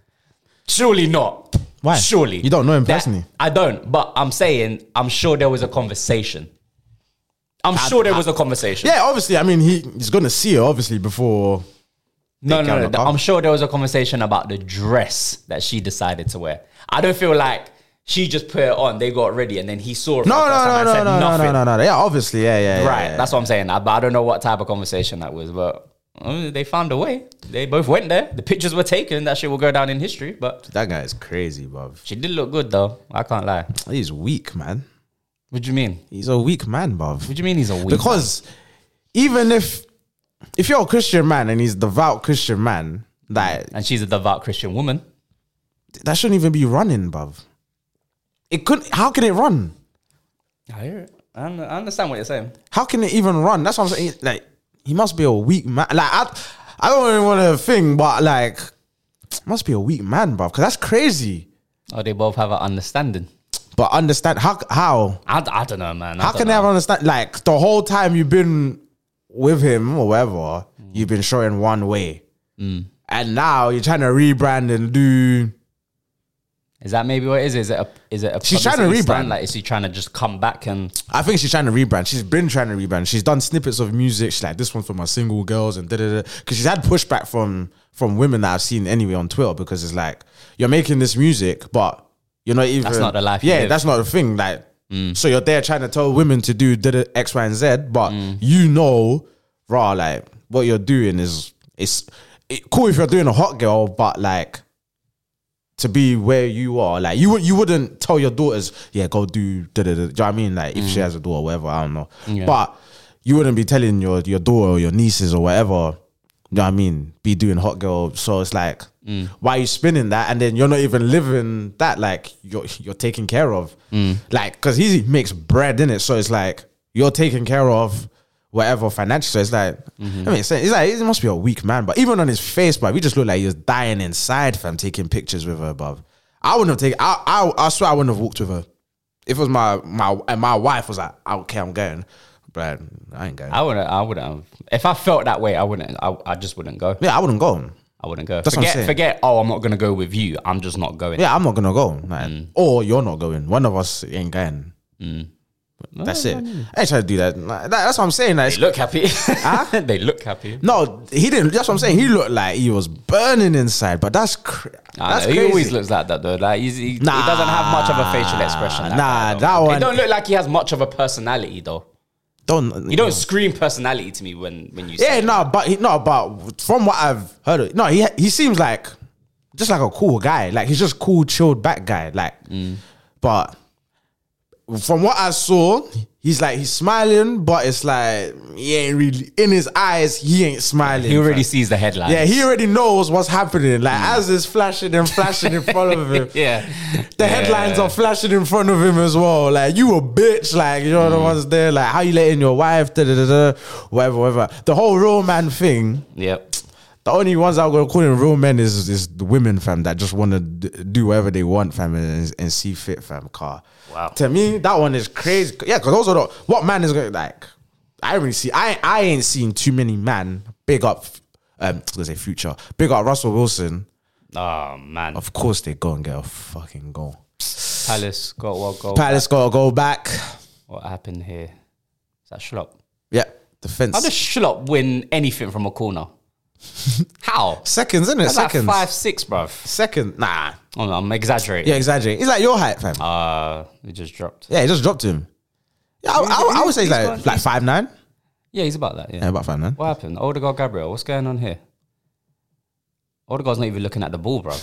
Surely not. Why? Surely. You don't know him That- personally? I don't. But I'm saying, I'm sure there was a conversation. I'm sure there was a conversation. Yeah, obviously. I mean, he, he's gonna see her obviously before. No, no, down no. the th- I'm bum. sure there was a conversation about the dress that she decided to wear. I don't feel like she just put it on, they got ready, and then he saw it. for No, the first no, no, time and no, said no, no, nothing. no, no, no. Yeah, obviously. Yeah, yeah. yeah, Right. yeah. That's what I'm saying. I, but I don't know what type of conversation that was, but uh, they found a way. They both went there. The pictures were taken. That shit will go down in history, but that guy is crazy, bruv. she did look good, though. I can't lie. He's weak, man. What do you mean? He's a weak man, bruv. What do you mean he's a weak? because even if if you're a Christian man and he's a devout Christian man, that and she's a devout Christian woman. that shouldn't even be running, bruv. It could. not How can it run? I hear it. I un- I understand what you're saying. How can it even run? That's what I'm saying. Like he must be a weak man. Like I, I don't even want to think, but like must be a weak man, bruv. Because that's crazy. Oh, they both have an understanding. But understand how how I, I don't know, man. I How don't can know. they ever understand? Like the whole time you've been with him or whatever, you've been showing one way, and now you're trying to rebrand and do. Is that maybe what it is? Is it a is it a She's trying to publicity rebrand. stunt? Like is she trying to just come back and I think she's trying to rebrand. She's been trying to rebrand. She's done snippets of music. She's like, this one's for my single girls and da da da. Because she's had pushback from from women that I've seen anyway on Twitter because it's like you're making this music, but you're not even. not the life you Yeah, live. Mm. that's not the thing. Like, so you're there trying to tell women to do da da X, Y, and Z, but Mm. you know, raw, like what you're doing is it's it, cool if you're doing a hot girl, but like to be where you are. Like you would you wouldn't tell your daughters, yeah, go do da da da. Do you know what I mean? Like if she has a daughter or whatever, I don't know. But you wouldn't be telling your your daughter or your nieces or whatever, you know what I mean, be doing hot girl. So it's like why you spinning that and then you're not even living that like you're you're taken care of. Like cause he makes bread in it. So it's like you're taken care of whatever financially. So it's like that makes sense. It's like it must be a weak man, but even on his face, but we just look like he was dying inside, fam, taking pictures with her above. I wouldn't have taken. I, I I swear I wouldn't have walked with her. If it was my my and my wife was like, okay, I'm going, but I ain't going. I wouldn't. I wouldn't. Have, if I felt that way, I wouldn't. I, I just wouldn't go. yeah, I wouldn't go. I wouldn't go. That's what forget. I'm saying. Forget. Oh, I'm not gonna go with you. I'm just not going. Yeah, I'm not gonna go. Like, Mm. Or you're not going. One of us ain't going. That's it. I ain't trying to do that. Like, that- That's what I'm saying. Like, They look happy. (laughs) they look happy. no, he didn't. That's what I'm saying. He looked like he was burning inside, but that's cr- I that's know, crazy. Ah, He always looks like that though. Like he's, he, he doesn't have much of a facial expression. That Nah, guy, though. that one- It don't look like he has much of a personality though. don't You don't scream personality to me when when you. Yeah, see him. no, but he, no, but from what I've heard, of, no, he he seems like just like a cool guy. Like he's just cool, chilled back guy. Like, Mm. but from what I saw, he's like he's smiling, but it's like he ain't really in his eyes. He ain't smiling. He already fam. sees the headline. Yeah, he already knows what's happening. Like as it's flashing and flashing in front of him, Hmm. (laughs) yeah. the headlines are flashing in front of him as well. Like you a bitch. Like you're Hmm. the ones there. Like how you letting your wife, da, da, da, da, whatever, whatever. The whole real man thing. Yep. The only ones I'm gonna call them real men is is the women, fam, that just want to d- do whatever they want, fam, and, and see fit, fam. Car. Wow. To me, that one is crazy. Yeah, because also the, what man is going to like? I really see. I I ain't seen too many man big up. Um, I was gonna say future big up Russell Wilson. Oh man, Of course they go and get a fucking goal. Palace got what goal? Palace gotta go back. What happened here? Is that Schlupp? Yeah, How defense. does Schlupp win anything from a (laughs) corner? How? seconds, isn't it? That's like Seconds. five six, bruv. Second. Nah. Oh, no, I'm exaggerating. Yeah, exaggerating. He's like your height, fam. Uh, it just dropped. Yeah, he just dropped him. Yeah, I, I, I would say he's like like five nine. Yeah, he's about that. Yeah. Yeah, about five nine. What happened? Odegaard Gabriel, what's going on here? Odegaard's not even looking at the ball, bro.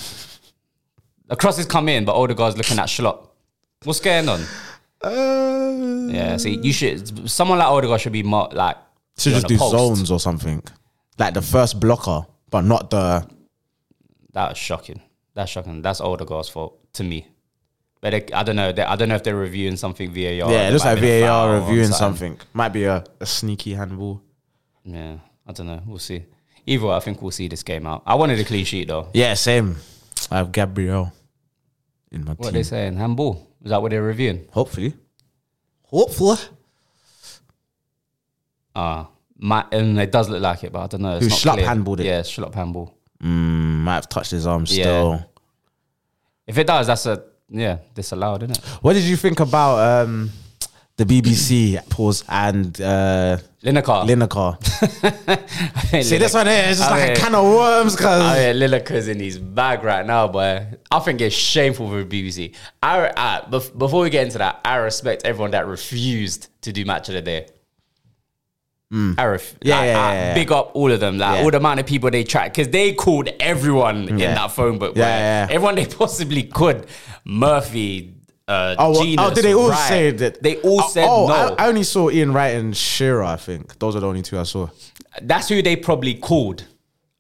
The cross has come in, but Odegaard's looking at Schlupp. What's going on? Uh, Yeah, see, you should. Someone like Odegaard should be more like. should be on just the do post. zones or something, like the first blocker, but not the. That was shocking. That's shocking. That's Odegaard's fault to me. But they, I don't know. They, I don't know if they're reviewing something VAR. Yeah, it There looks might like have been a foul VAR or reviewing something. something. Might be a, a sneaky handball. Yeah, I don't know. We'll see. Either way, I think we'll see this game out. I wanted a clean sheet though. Yeah, same. I have Gabriel in my What are team. they saying? Handball? Is that what they're reviewing? Hopefully, hopefully. Ah, my, and it does look like it, but I don't know. It's Who not Schlupp clear. handballed it? Yeah, Schlupp handball. Mm, might have touched his arm still. If it does, that's a yeah, disallowed, isn't it? What did you think about um, the BBC pause and uh, Lineker. (laughs) Lineker? I think See, this Lineker- one here is just I like a mean- can of worms because I mean, Lineker's in his bag right now, but I think it's shameful for BBC. I, I bef- before we get into that, I respect everyone that refused to do match of the day. I ref- like, Mm. Yeah, yeah, I yeah, yeah. big up all of them, like Yeah. all the amount of people they tracked, because they called everyone in Yeah. that phone book, Yeah, where yeah, yeah. everyone they possibly could. Murphy, uh, Oh, well, Genus, oh, did they all Wright. say that? They all Oh, said oh, no. I, I only saw Ian Wright and Shearer. I think those are the only two I saw. that's who they probably called.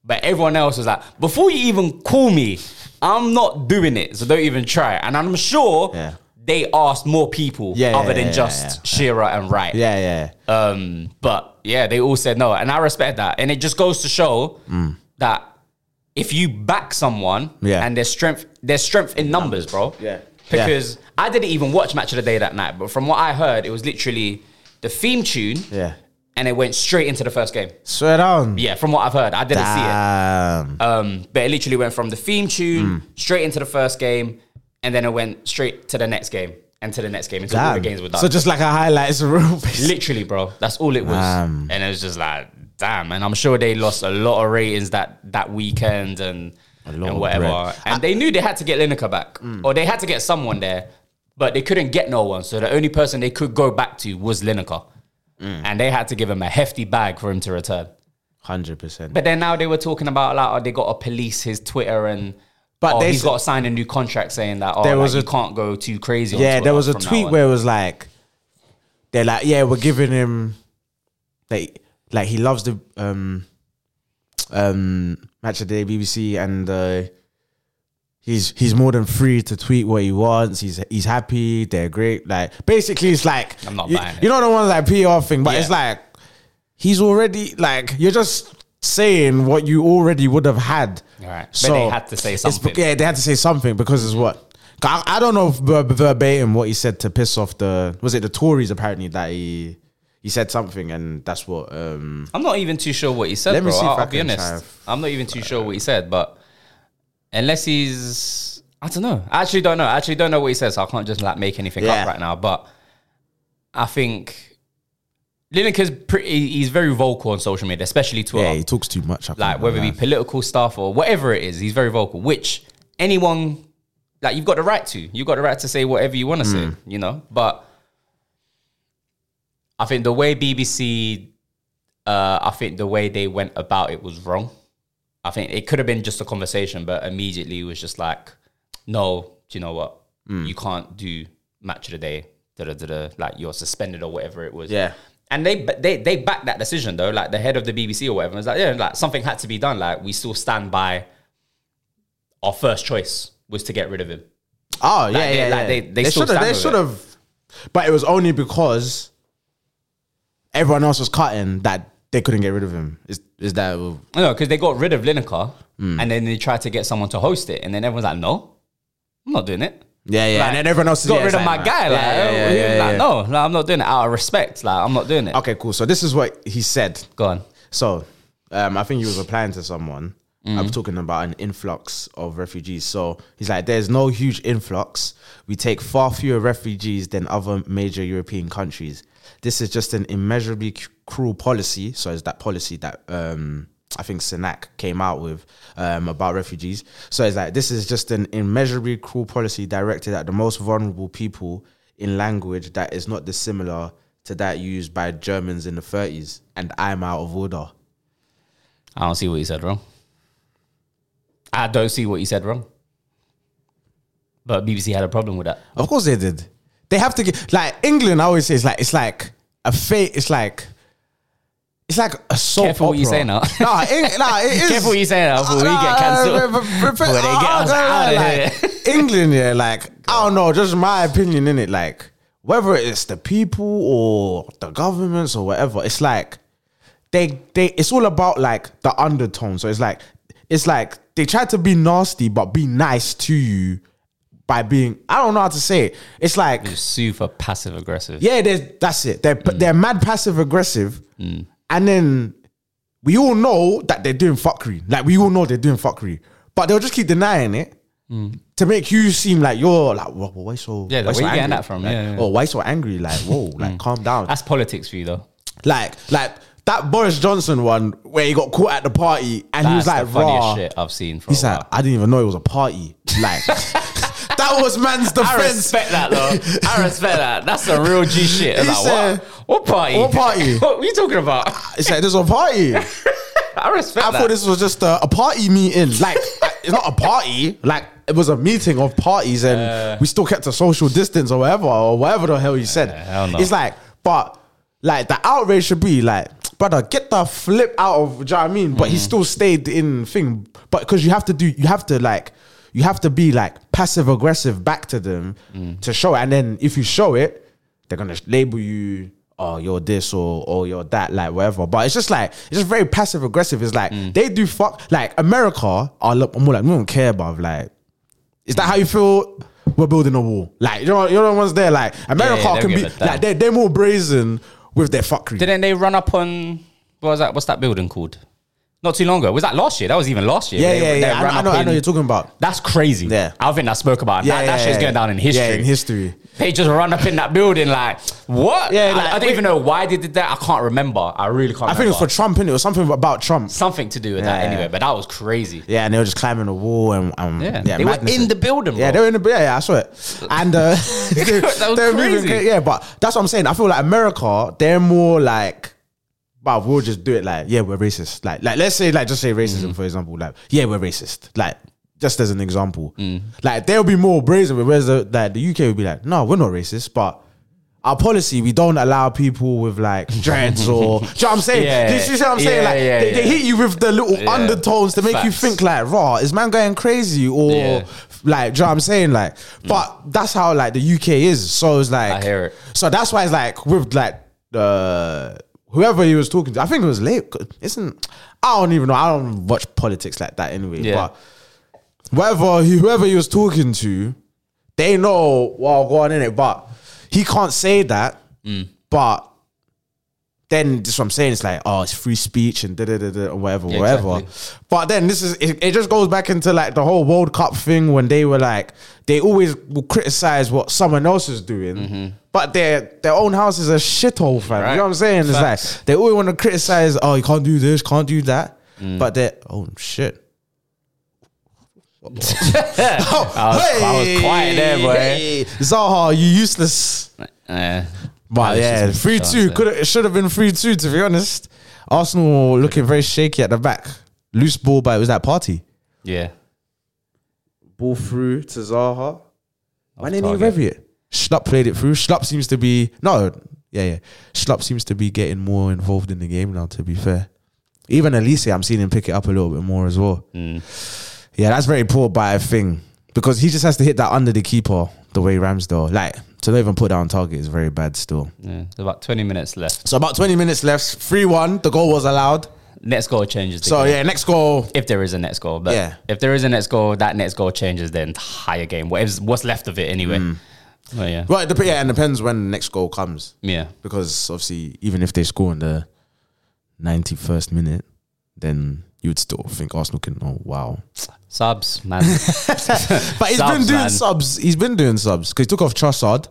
But everyone else was like, before you even call me, I'm not doing it. So don't even try. And I'm sure Yeah. they asked more people Yeah, yeah, other than yeah, just yeah, yeah. Shearer and Wright. Yeah, yeah. Um, but yeah, they all said no. And I respect that. And it just goes to show that if you back someone Mm. Yeah. and their strength, their strength in numbers, bro. Yeah. Because I didn't even watch Match of the Day that night, but from what I heard, it was literally the theme tune yeah. and it went straight into the first game. Swear down. Yeah, from what I've heard, I didn't Damn. see it. Um, but it literally went from the theme tune Mm. straight into the first game, and then it went straight to the next game and to the next game until all the Damn. games were done. So just like a highlights reel. basically. literally, bro, that's all it was. Damn. And it was just like, damn. And I'm sure they lost a lot of ratings that that weekend and lot and of whatever. bread. Mm. And they knew they had to get Lineker back, or they had to get someone there, but they couldn't get no one. So the only person they could go back to was Lineker, Mm. and they had to give him a hefty bag for him to return. Hundred percent. But then now they were talking about like oh, they got to police his Twitter and But but oh, they he's said- got to sign a new contract saying that oh There like, was you a- can't go too crazy. on Yeah, Twitter there was a from now tweet on. where it was like, they're like, yeah, we're giving him, like, like he loves the um, um, match of the day BBC, and uh, he's he's more than free to tweet what he wants. He's he's happy. They're great. Like basically, it's like I'm not you, buying it. You know the ones like PR thing, but it's Yeah. like he's already like you're just saying what you already would have had. Alright, but they had to say it's be- something. yeah, they had to say something because it's what I, I don't know ver- verbatim what he said to piss off the was it the Tories apparently that he he said something and that's what um I'm not even too sure what he said, Let me bro. see if I'll, I I'll be can honest. try- I'm not even too sure what he said, but unless he's, I don't know. I actually don't know. I actually don't know what he says. So I can't just like make anything Yeah. up right now. But I think Linux is pretty. He's very vocal on social media, especially Twitter. yeah he talks too much I like can't whether it be remember. political stuff or whatever it is, he's very vocal. Which anyone, like you've got the right to. You've got the right to say whatever you want to say. You know, but I think the way BBC, uh, I think the way they went about it was wrong. I think it could have been just a conversation, but immediately it was just like, no, do you know what? You can't do match of the day. Da, da, da, da, like you're suspended or whatever it was. Yeah. And they they they backed that decision though. Like the head of the BBC or whatever was like, yeah, like something had to be done. Like we still stand by. Our first choice was to get rid of him. oh yeah they- yeah, like yeah. they- they still should have stand they with should have but it was only because everyone else was cutting that they couldn't get rid of him is is that No, because they got rid of Lineker Hmm. and then they tried to get someone to host it, and then everyone's like, no, I'm not doing it. yeah yeah Like, and then everyone else is- got yeah, rid it's of my like, guy. yeah, Like, oh, yeah, yeah, he was yeah, like, yeah. no, no, I'm not doing it out of respect. Like, I'm not doing it. okay cool so this is what he said Go on. So, um, I think he was replying to someone. I'm talking about an influx of refugees. So he's like, there's no huge influx. We take far fewer refugees than other major European countries. This is just an immeasurably c- cruel policy. So it's that policy that um, I think Senak came out with um, about refugees. So it's like, this is just an immeasurably cruel policy directed at the most vulnerable people in language that is not dissimilar to that used by Germans in the 30s. And I'm out of order. I don't see what he said wrong. I don't see what he said wrong. But BBC had a problem with that. Of course they did. They have to get like England. I always say it's like it's like a fate. It's like it's like a soap Careful opera. what you say now. Nah, Eng- nah, it (laughs) is. Careful what you say now before we (laughs) Uh, get cancelled. Before they get us out of here. (laughs) England, yeah, like I don't know, just my opinion in it. Like whether it's the people or the governments or whatever, it's like they they. It's all about like the undertone. So it's like it's like they try to be nasty but be nice to you by being. I don't know how to say it. It's like Super passive aggressive. yeah, there's, that's it. They're Mm. they're mad passive aggressive, and then we all know that they're doing fuckery. Like we all know they're doing fuckery, but they'll just keep denying it to make you seem like you're like, whoa, whoa, why so? Mm. Yeah, why where so you getting angry? that from? Like, Yeah, Mm. yeah. Oh, why so angry? Like, whoa, (laughs) like calm down. That's politics for you, though. Like, like that Boris Johnson one where he got caught at the party and he That's was like, the funniest raw. shit I've seen for He's a while. like, I didn't even know it was a party. (laughs) Like, (laughs) that was man's I defense. respect that though. (laughs) I respect that. That's some real G shit. He Like, said- what? What party? What party? (laughs) what are you talking about? It's like there's a (laughs) party. I respect I that. thought this was just a, a party meeting. Like, I- it's not a party. Like, it was a meeting of parties, and we still kept a social distance or whatever, or whatever the hell you said. hell no. It's like, but like the outrage should be like, brother, get the flip out of. Do you know what I mean? But Mm-hmm. he still stayed in thing. But because you have to do, you have to like, you have to be like passive aggressive back to them Mm. to show it, and then if you show it, they're gonna label you. Oh, you're this or or you're that, like whatever. But it's just like it's just very passive aggressive. It's like Mm. they do fuck like America are look more like we don't care about like is that how you feel? We're building a wall. Like you know, you know the ones there. Like America Yeah, yeah, can they'll be give a damn. like they're, they're more brazen with their fuckery. Didn't they run up on what was that? What's that building called? Not too long ago. Was that last year? That was even last year. yeah, They- yeah, they yeah. ran I, know- I up know, I in- know you're talking about. That's crazy. Yeah. I think I spoke about it. Yeah, that. yeah, that shit's yeah. going down in Yeah, history. in history. they just run up in that building like what? I- Yeah, like, I, don't we- even know why they did that. I can't remember. I really can't. I think it was for Trump, and it was something about Trump. something to do with that Yeah. anyway. But that was crazy. Yeah, and they were just climbing a wall and um, Yeah, yeah, they madness. were in the building. Bro. Yeah, they were in the yeah, yeah, I saw it. And (laughs) uh, they, was (laughs) they were moving crazy. cra- Yeah, but that's what I'm saying. I feel like America, they're more like, but we'll just do it. Like, yeah, we're racist. Like, like let's say like just say racism Mm-hmm. for example. Like, yeah, we're racist. Like, just as an example. Mm. Like they'll be more brazen. with it, Whereas the like the UK would be like, no, we're not racist, but. Our policy, we don't allow people with (laughs) like dreads or. Do you know what I'm saying? Yeah. Do you see what I'm saying? Yeah, like, yeah, they, they yeah. hit you with the little Yeah. undertones to make you Facts. think like raw is man going crazy or Yeah. Mm. like do you know what I'm saying like but that's how like the UK is so it's like I hear it. so that's why it's like with like the whoever he was talking to I think it was late isn't I don't even know I don't watch politics like that anyway Yeah. but whatever he, whoever he was talking to They know what going in it, but he can't say that. Mm. But then this is what I'm saying. It's like, oh, it's free speech and da da da da and whatever, Yeah, whatever. But then this is it, it just goes back into like the whole World Cup thing when they were like they always will criticize what someone else is doing. Mm-hmm. But their their own house is a shithole, fam. You Right. know what I'm saying? It's Facts. like they always want to criticize. Oh, you can't do this, can't do that. Mm. But they are oh (laughs) shit. (laughs) Oh, I was, I was quiet there, boy. Hey, Zaha, you useless. Yeah. But it's yeah, just three missed two. chance, Could it should have been three two. To be honest, Arsenal looking very shaky at the back. Loose ball, but it was that party. yeah. Ball through to Zaha. Why didn't target. he rev it? Schlupp played it through. Schlupp seems to be no, yeah, yeah. Schlupp seems to be getting more involved in the game now. To be fair, even Elise, I'm seeing him pick it up a little bit more as well. Hmm. Yeah, that's very poor by a thing because he just has to hit that under the keeper the way Ramsdale like to not even put down target is very bad still. Yeah. There's about 20 minutes left. So about 20 minutes left. 3 1. The goal was allowed. Next goal changes. The So game. yeah, next goal. If there is a next goal, but Yeah. if there is a next goal, that next goal changes the entire game. What is, what's left of it anyway? Mm. Oh yeah, Well, it dep- yeah, and depends when the next goal comes. yeah. Because obviously, even if they score in the 91st minute, then you'd still think Arsenal can, oh, wow. Subs, (laughs) man. But he's been Subs, doing man. subs. He's been doing subs because he took off Trossard,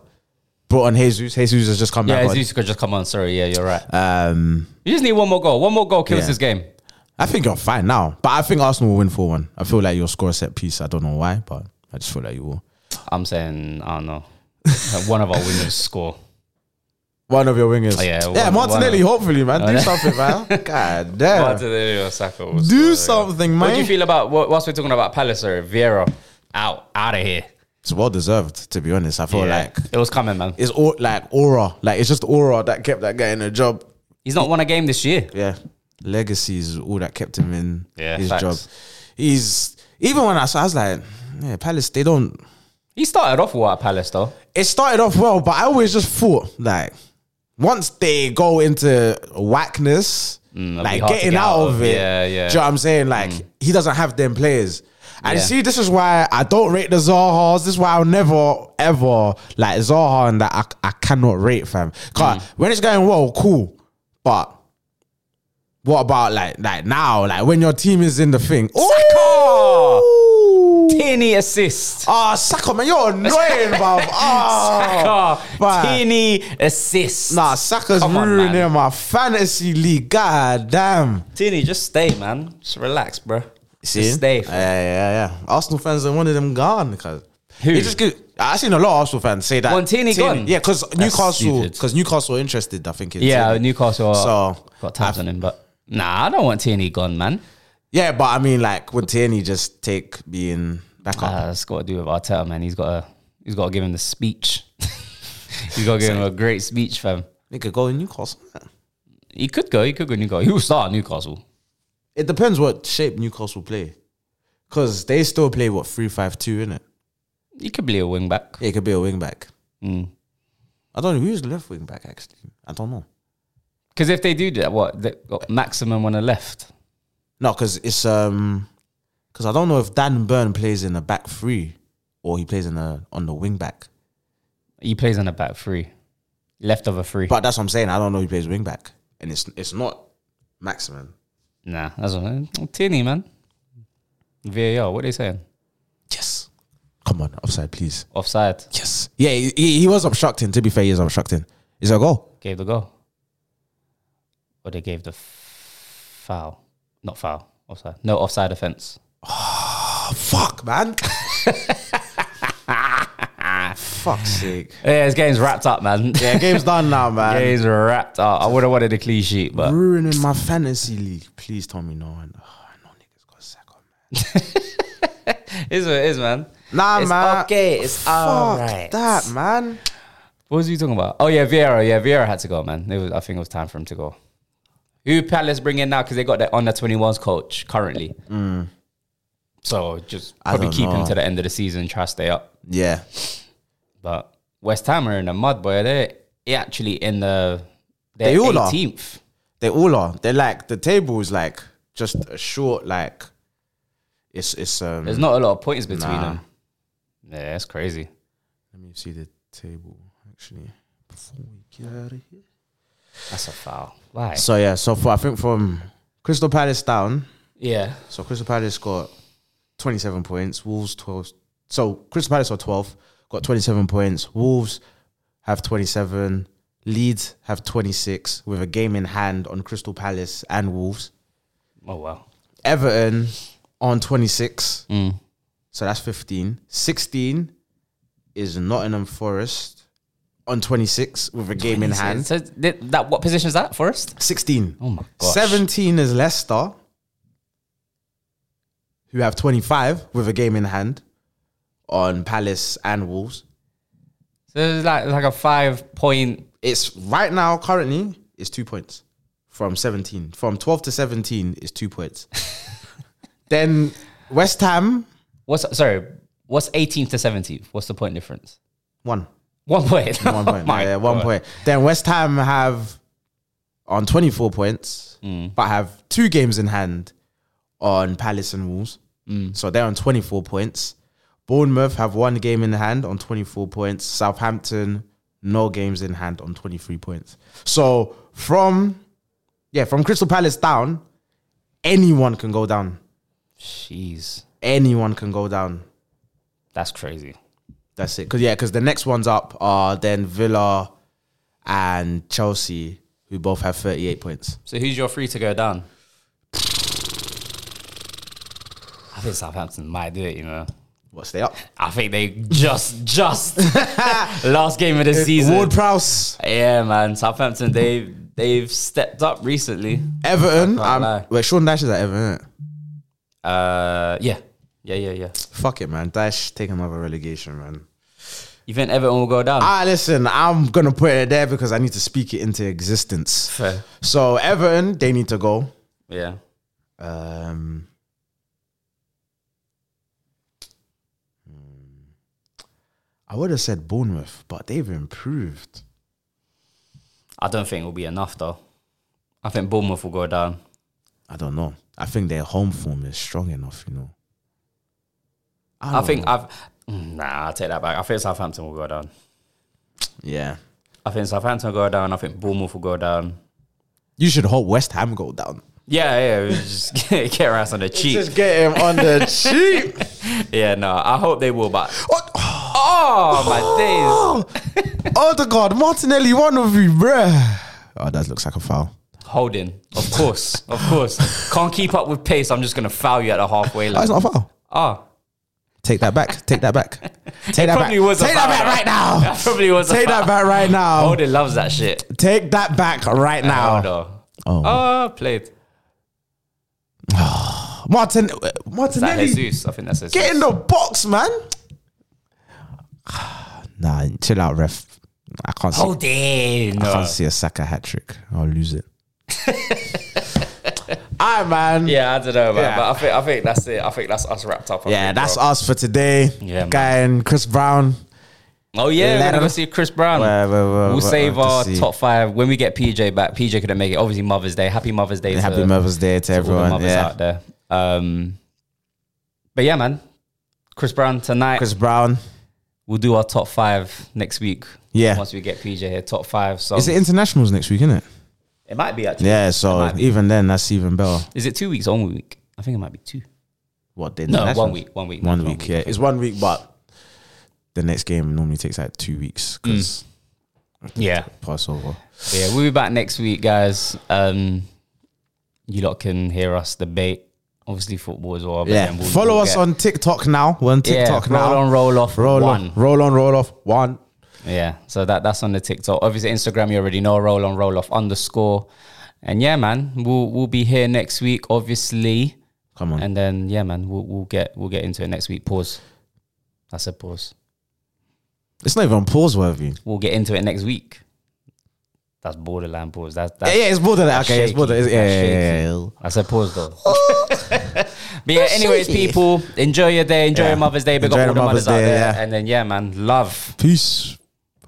brought on Jesus. Jesus has just come yeah, back on. Jesus could just come on. Sorry, yeah, you're right. Um, You just need one more goal. One more goal kills Yeah. this game. I think you're fine now. But I think Arsenal will win 4 1. I feel like you'll score a set piece. I don't know why, but I just feel like you will. I'm saying, I don't (laughs) know. Like, one of our wingers score. One of your wingers. Oh, yeah, yeah one- Oh, Martinelli, one hopefully, man. Do something, (laughs) man. God damn. Martinelli or Saka will score, Do yeah. something, What do you man. feel about what, whilst we're talking about Palace or Vieira out out of here? It's well deserved, to be honest. I feel Yeah. like it was coming, man. it's all like aura. Like it's just aura that kept that guy in a job. He's not won a game this year. Yeah. Legacy is all that kept him in Yeah, his facts. job. He's even when I saw I was like, yeah, Palace, they don't He started off well at Palace though. it started off well, but I always just thought like once they go into whackness, Mm, it'll be like hard to getting get out, of it, Yeah, yeah. Mm. Do you know what I'm saying? Like he doesn't have them players. And Yeah. see, this is why I don't rate the Zahas. This is why I'll never ever like Zaha and that I, I cannot rate fam. Mm. Cause when it's going well, cool. But what about like like now? Like when your team is in the thing. Ooh! Teeny assist. Ah, Saka, man, you're (laughs) annoying, bruv. Ah, Saka, man. teeny assist. nah, Saka's Come on, ruining man. my fantasy league. God damn. Teeny, just stay, man. Just relax, bro. See? Just stay. Yeah, yeah, yeah. Arsenal fans are one of them gone because Who? It just get, I seen a lot of Arsenal fans say that. Montini gone? Yeah, because Newcastle, stupid. because Newcastle are interested. I think. In yeah, Tierney. Newcastle So, got tabs on him, but nah, I don't want Teeny gone, man. yeah, but I mean, like, would Tierney just take being back up? Uh, that's got to do with Arteta, man. He's got to he's got to give him the speech. (laughs) he's got to give him a great speech, fam. Nigga, go in Newcastle. man. He could go. He could go Newcastle. He will start at Newcastle. It depends what shape Newcastle play, because they still play what three five two in it. He could be a wing back. Yeah, it could be a wing back. Mm. I don't know who's left wing back actually. I don't know. Because if they do that, what they got maximum on the left? No, because it's um, because I don't know if Dan Byrne plays in the back three or he plays in the on the wing back. He plays on the back three, left of a three. But that's what I'm saying. I don't know who plays wing back, and it's it's not Maximin. nah, that's what I'm saying. Tierney, man. VAR, what are they saying? Yes, come on, offside, please. Offside. Yes, yeah, he, he he was obstructing. To be fair, he is obstructing. Is a goal? Gave the goal. Or they gave the f- foul. Not foul. Offside. No offside offence. Oh, fuck, (laughs) man. Fuck's sake. Yeah, this game's wrapped up, man. Yeah, game's done now, man. (laughs) game's wrapped up. I would have wanted a clean sheet, but ruining my fantasy league. Please tell me no one. Oh, no niggas got sacked on man. it is what it is, man. Nah, It's man. okay, it's Fuck alright. that, man. What was you talking about? Oh yeah, Vieira. Yeah, Vieira had to go, man. It was, I think it was time for him to go. Who Palace bring in now? Because they got their under 21s coach currently. So just Mm. I probably don't keep him know. to the end of the season, try to stay up. Yeah. But West Ham are in the mud, boy. They're actually in the they're They all are. 18th. They all are. They're like the table is like just a short like it's it's um There's not a lot of points between Nah. them. Yeah, that's crazy. Let me see the table actually before we get out of here. That's a foul. Why? So yeah, so for I think from Crystal Palace down, yeah. so Crystal Palace got 27 points, Wolves 12. So Crystal Palace are 12, got 27 points. Wolves have 27, Leeds have 26 with a game in hand on Crystal Palace and Wolves. Oh well. Everton on 26. Mm. So that's 15. 16 is Nottingham Forest on 26 with a game in hand. So th- that what position is that? Forest. 16. Oh my gosh. 17 is Leicester, who have 25 with a game in hand on Palace and Wolves. So it's like like a five point. It's right now, currently, it's two points from 17. From 12 to 17 is (laughs) two points. then West Ham, What's sorry? What's 18th to 17th? What's the point difference? (laughs) one. One point. (laughs) (laughs) One point. Oh My yeah, one God. point. Then West Ham have on 24 points, Mm. but have two games in hand on Palace and Wolves. Mm. So they're on 24 points. Bournemouth have one game in hand on 24 points. Southampton, no games in hand on 23 points. So from, yeah, from Crystal Palace down, anyone can go down. Jeez, Anyone can go down. that's crazy. That's it. Cause yeah, because the next ones up are then Villa and Chelsea, who both have 38 points. So who's your three to go down? I think Southampton might do it. You know, What's they up? I think they just (laughs) (laughs) just last game of the season. Ward Prowse, Yeah, man. Southampton they they've stepped up recently. Everton. Um, lie. wait, Sean Dash is at Everton. innit? Uh, yeah, yeah, yeah, yeah. Fuck it, man. Dash, take another relegation, man. You think Everton will go down? Ah, listen, I'm gonna put it there because I need to speak it into existence. Fair. So Everton, they need to go. yeah. Um, hmm. I would have said Bournemouth, but they've improved. I don't think it will be enough though. I think Bournemouth will go down. I don't know. I think their home form is strong enough, you know. I, don't think know. I've nah. I take that back. I think Southampton will go down. yeah. I think Southampton will go down. I think Bournemouth will go down. You should hope West Ham go down. Yeah, yeah. we Just (laughs) get, get our ass on the cheek. Just get him on (laughs) the cheap. Yeah, no. I hope they will, but What? oh my days. Oh, (gasps) oh the God, Martinelli, one of you, bruh. Oh, that looks like a foul. Holding, of course, of course. Can't keep up with pace. I'm just gonna foul you at the halfway line. (laughs) That's not a foul. Ah, Take that back. Take (laughs) that back. Take that back. probably was a Take that foul, back though. right (laughs) now. That probably was a Take that foul. back right now. Holding loves that shit. Take that back right Hold now. on. Oh. Oh, played. Martin, uh, That Martinelli, Jesus. I think that's Jesus. Get in the box, man. (sighs) nah, chill out, ref. I can't see. Hold in. I can't see a Saka hat trick. I'll lose it. (laughs) All right, man. Yeah, Yeah, I don't know, man. Yeah. But I think I think that's it. I think that's us wrapped up. I think, that's bro. us for today. Yeah, man. guy and Chris Brown. oh yeah, we're Let gonna go him- see Chris Brown. Well, well, well, Um, we'll well, save well, to our see. top five when we get PJ back. PJ couldn't make it. Obviously, Mother's Day. Happy Mother's Day. Happy to Mother's Day to all the everyone. mothers Yeah, out there. Um, but yeah, man. Chris Brown tonight. Chris Brown. We'll do our top five next week. Yeah. Once we get PJ here, top five. So Is it internationals next week? Isn't it? it might be actually. Yeah. It So might be. even then, that's even better. Is it two weeks or one week? I think it might be two. What the No, one internationals? week. One week. One no, week. Yeah, it's one week, but the next game normally takes like two weeks Hmm. because Yeah. Passover. But yeah, we'll be back next week, guys. Um, you lot can hear us debate, obviously football as well. but Yeah. then we'll- Follow we'll us get- on TikTok now. We're on yeah, TikTok now. roll on, roll off, roll one. on, roll on, roll off. One. Yeah, so that that's on the TikTok. Obviously, Instagram you already know. Roll on, roll off underscore, and yeah, man, we'll we'll be here next week, obviously, Come on. and then yeah, man, we'll we'll get we'll get into it next week. Pause. I said pause. it's not even pause worthy. We'll get into it next week. That's borderline pause. That's Yeah, that's yeah, it's borderline. That's Okay, it's shaky. borderline. Yeah, That's yeah, yeah, shaky. yeah. I said pause (laughs) though. but Oh. yeah, anyways, shaky. people, enjoy your day, enjoy Yeah. your Mother's Day, big Enjoy up all the the mothers Mother's out Day, there, yeah. and then yeah, man, love. Peace.